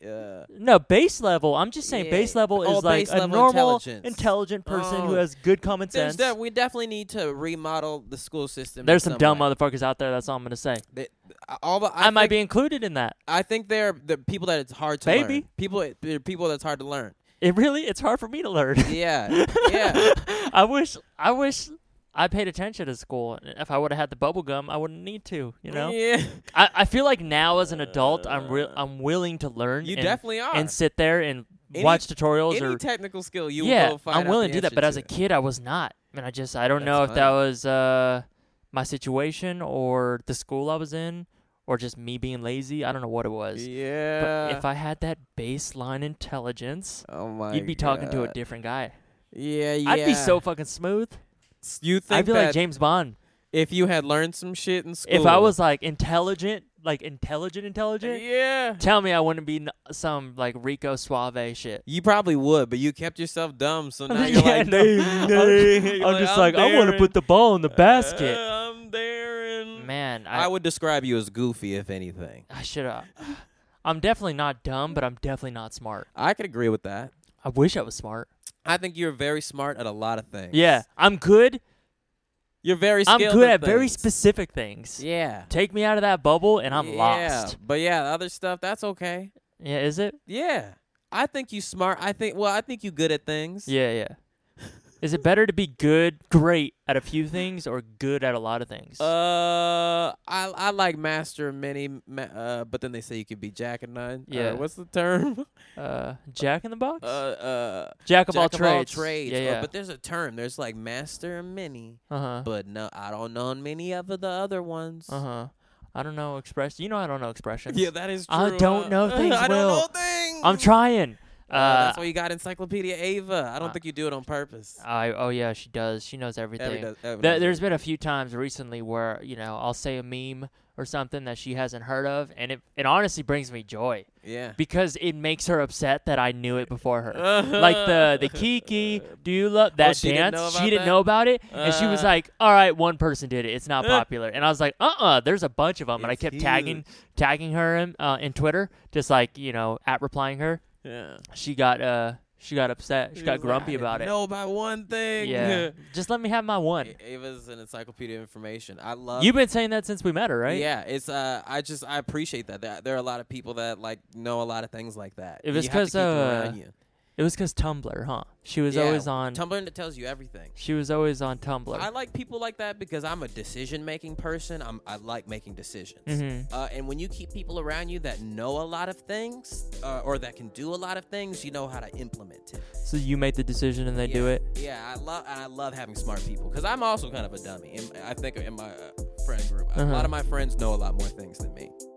Speaker 2: Yeah.
Speaker 1: No, base level. I'm just saying base
Speaker 2: Yeah.
Speaker 1: level is
Speaker 2: Oh,
Speaker 1: like
Speaker 2: base
Speaker 1: a
Speaker 2: level
Speaker 1: normal
Speaker 2: intelligence.
Speaker 1: intelligent person who
Speaker 2: Oh.
Speaker 1: has good common
Speaker 2: There's
Speaker 1: sense.
Speaker 2: that we definitely need to remodel the school system. in
Speaker 1: There's some dumb
Speaker 2: way.
Speaker 1: motherfuckers out there. That's all I'm gonna say.
Speaker 2: They- all the, I,
Speaker 1: I, might
Speaker 2: think-
Speaker 1: be included in that.
Speaker 2: I think they're the people that it's hard to learn.
Speaker 1: Maybe.
Speaker 2: People, they're people that's hard to learn.
Speaker 1: It really, it's hard for me to learn.
Speaker 2: Yeah, yeah.
Speaker 1: I wish, I wish, I paid attention to school. If I would have had the bubble gum, I wouldn't need to. You know,
Speaker 2: yeah. Uh,
Speaker 1: I, I feel like now as an adult, I'm real, I'm willing to learn.
Speaker 2: You
Speaker 1: and,
Speaker 2: definitely are.
Speaker 1: and sit there and
Speaker 2: Any-
Speaker 1: watch tutorials
Speaker 2: Any
Speaker 1: or
Speaker 2: technical skill you
Speaker 1: yeah,
Speaker 2: will find
Speaker 1: I'm
Speaker 2: out
Speaker 1: willing
Speaker 2: the
Speaker 1: to do that.
Speaker 2: answer
Speaker 1: But as a
Speaker 2: it.
Speaker 1: kid, I was not, and I just I don't
Speaker 2: That's
Speaker 1: know if that
Speaker 2: funny.
Speaker 1: was uh my situation or the school I was in or just me being lazy. I don't know what it was.
Speaker 2: Yeah.
Speaker 1: But if I had that baseline intelligence,
Speaker 2: oh Uh, my.
Speaker 1: you'd be talking to a
Speaker 2: God.
Speaker 1: different guy.
Speaker 2: Yeah, yeah.
Speaker 1: I'd be so fucking smooth.
Speaker 2: You think
Speaker 1: I'd be
Speaker 2: that
Speaker 1: like James Bond.
Speaker 2: if you had learned some shit in school.
Speaker 1: If I was like intelligent, like intelligent, intelligent,
Speaker 2: yeah,
Speaker 1: tell me I wouldn't be n- some like Rico Suave shit.
Speaker 2: you probably would, but you kept yourself dumb, so now
Speaker 1: Yeah,
Speaker 2: you're like,
Speaker 1: no.
Speaker 2: "Nah, nah."
Speaker 1: I'm,
Speaker 2: You're
Speaker 1: I'm just
Speaker 2: "I'm
Speaker 1: like, I
Speaker 2: there
Speaker 1: want to
Speaker 2: and-
Speaker 1: put the ball in the basket.
Speaker 2: Uh, I'm there and
Speaker 1: Man, I,
Speaker 2: I would describe you as goofy, if anything.
Speaker 1: I should have. I'm definitely not dumb, but I'm definitely not smart.
Speaker 2: I could agree with that.
Speaker 1: I wish I was smart.
Speaker 2: I think you're very smart at a lot of things.
Speaker 1: Yeah, I'm good.
Speaker 2: you're very.
Speaker 1: I'm
Speaker 2: Skilled
Speaker 1: good at very
Speaker 2: things.
Speaker 1: specific things.
Speaker 2: Yeah,
Speaker 1: Take me out of that bubble and I'm
Speaker 2: yeah.
Speaker 1: lost.
Speaker 2: But yeah, the other stuff that's okay.
Speaker 1: Yeah, is it?
Speaker 2: Yeah, I think you smart. I think well, I think you good at things.
Speaker 1: Yeah, yeah. Is it better to be good, great at a few things or good at a lot of things?
Speaker 2: Uh, I I like master many, ma- uh, but then they say you could be jack and none. Uh,
Speaker 1: Yeah.
Speaker 2: what's the term?
Speaker 1: Uh, jack in the box?
Speaker 2: Uh, uh,
Speaker 1: jack of all
Speaker 2: jack
Speaker 1: trades.
Speaker 2: Of all trades.
Speaker 1: Yeah,
Speaker 2: Uh,
Speaker 1: yeah.
Speaker 2: but there's a term. There's like master and many,
Speaker 1: uh-huh.
Speaker 2: but no, I don't know many of the other ones.
Speaker 1: Uh-huh. I don't know express. You know I don't know expressions.
Speaker 2: Yeah, that is true.
Speaker 1: I don't
Speaker 2: huh?
Speaker 1: know things,
Speaker 2: I
Speaker 1: Will.
Speaker 2: don't know things.
Speaker 1: I'm trying. Uh,
Speaker 2: Uh, that's why you got Encyclopedia Ava. I don't
Speaker 1: uh,
Speaker 2: think you do it on purpose.
Speaker 1: I oh yeah, she does. She knows everything.
Speaker 2: Every does- every
Speaker 1: Th-
Speaker 2: does
Speaker 1: there's
Speaker 2: it.
Speaker 1: been a few times recently where you know I'll say a meme or something that she hasn't heard of, and it it honestly brings me joy
Speaker 2: yeah.
Speaker 1: because it makes her upset that I knew it before her. like the the Kiki, do you love that
Speaker 2: Oh, she
Speaker 1: dance?
Speaker 2: didn't know
Speaker 1: she
Speaker 2: about
Speaker 1: didn't
Speaker 2: that?
Speaker 1: know about it, and she was
Speaker 2: Uh.
Speaker 1: like, "All right, one person did it. It's not popular." And I was like, "Uh uh there's a bunch of them," and I
Speaker 2: It's
Speaker 1: kept tagging tagging her in uh, in Twitter, just like you know at replying her.
Speaker 2: yeah.
Speaker 1: She got uh she got upset. She got grumpy about it.
Speaker 2: No, by one thing.
Speaker 1: Yeah, just let me have my one.
Speaker 2: A- Ava's an encyclopedia of information. I love.
Speaker 1: You've been saying that since we met her, right?
Speaker 2: uh, Yeah, it's uh, I just I appreciate that. There, there are a lot of people that like know a lot of things like that.
Speaker 1: It was
Speaker 2: You have
Speaker 1: 'cause,
Speaker 2: to keep them
Speaker 1: uh,
Speaker 2: around you.
Speaker 1: It was because Tumblr, huh? She was
Speaker 2: Yeah,
Speaker 1: always on.
Speaker 2: Tumblr that tells you everything.
Speaker 1: she was always on Tumblr.
Speaker 2: I like people like that because I'm a decision making person. I'm I like making decisions.
Speaker 1: Mhm.
Speaker 2: Uh, and when you keep people around you that know a lot of things uh, or that can do a lot of things, you know how to implement it.
Speaker 1: so you make the decision and they do
Speaker 2: Yeah.
Speaker 1: it.
Speaker 2: Yeah, I love I love having smart people because I'm also kind of a dummy. And I think in my uh, friend group,
Speaker 1: Uh-huh.
Speaker 2: a lot of my friends know a lot more things than me.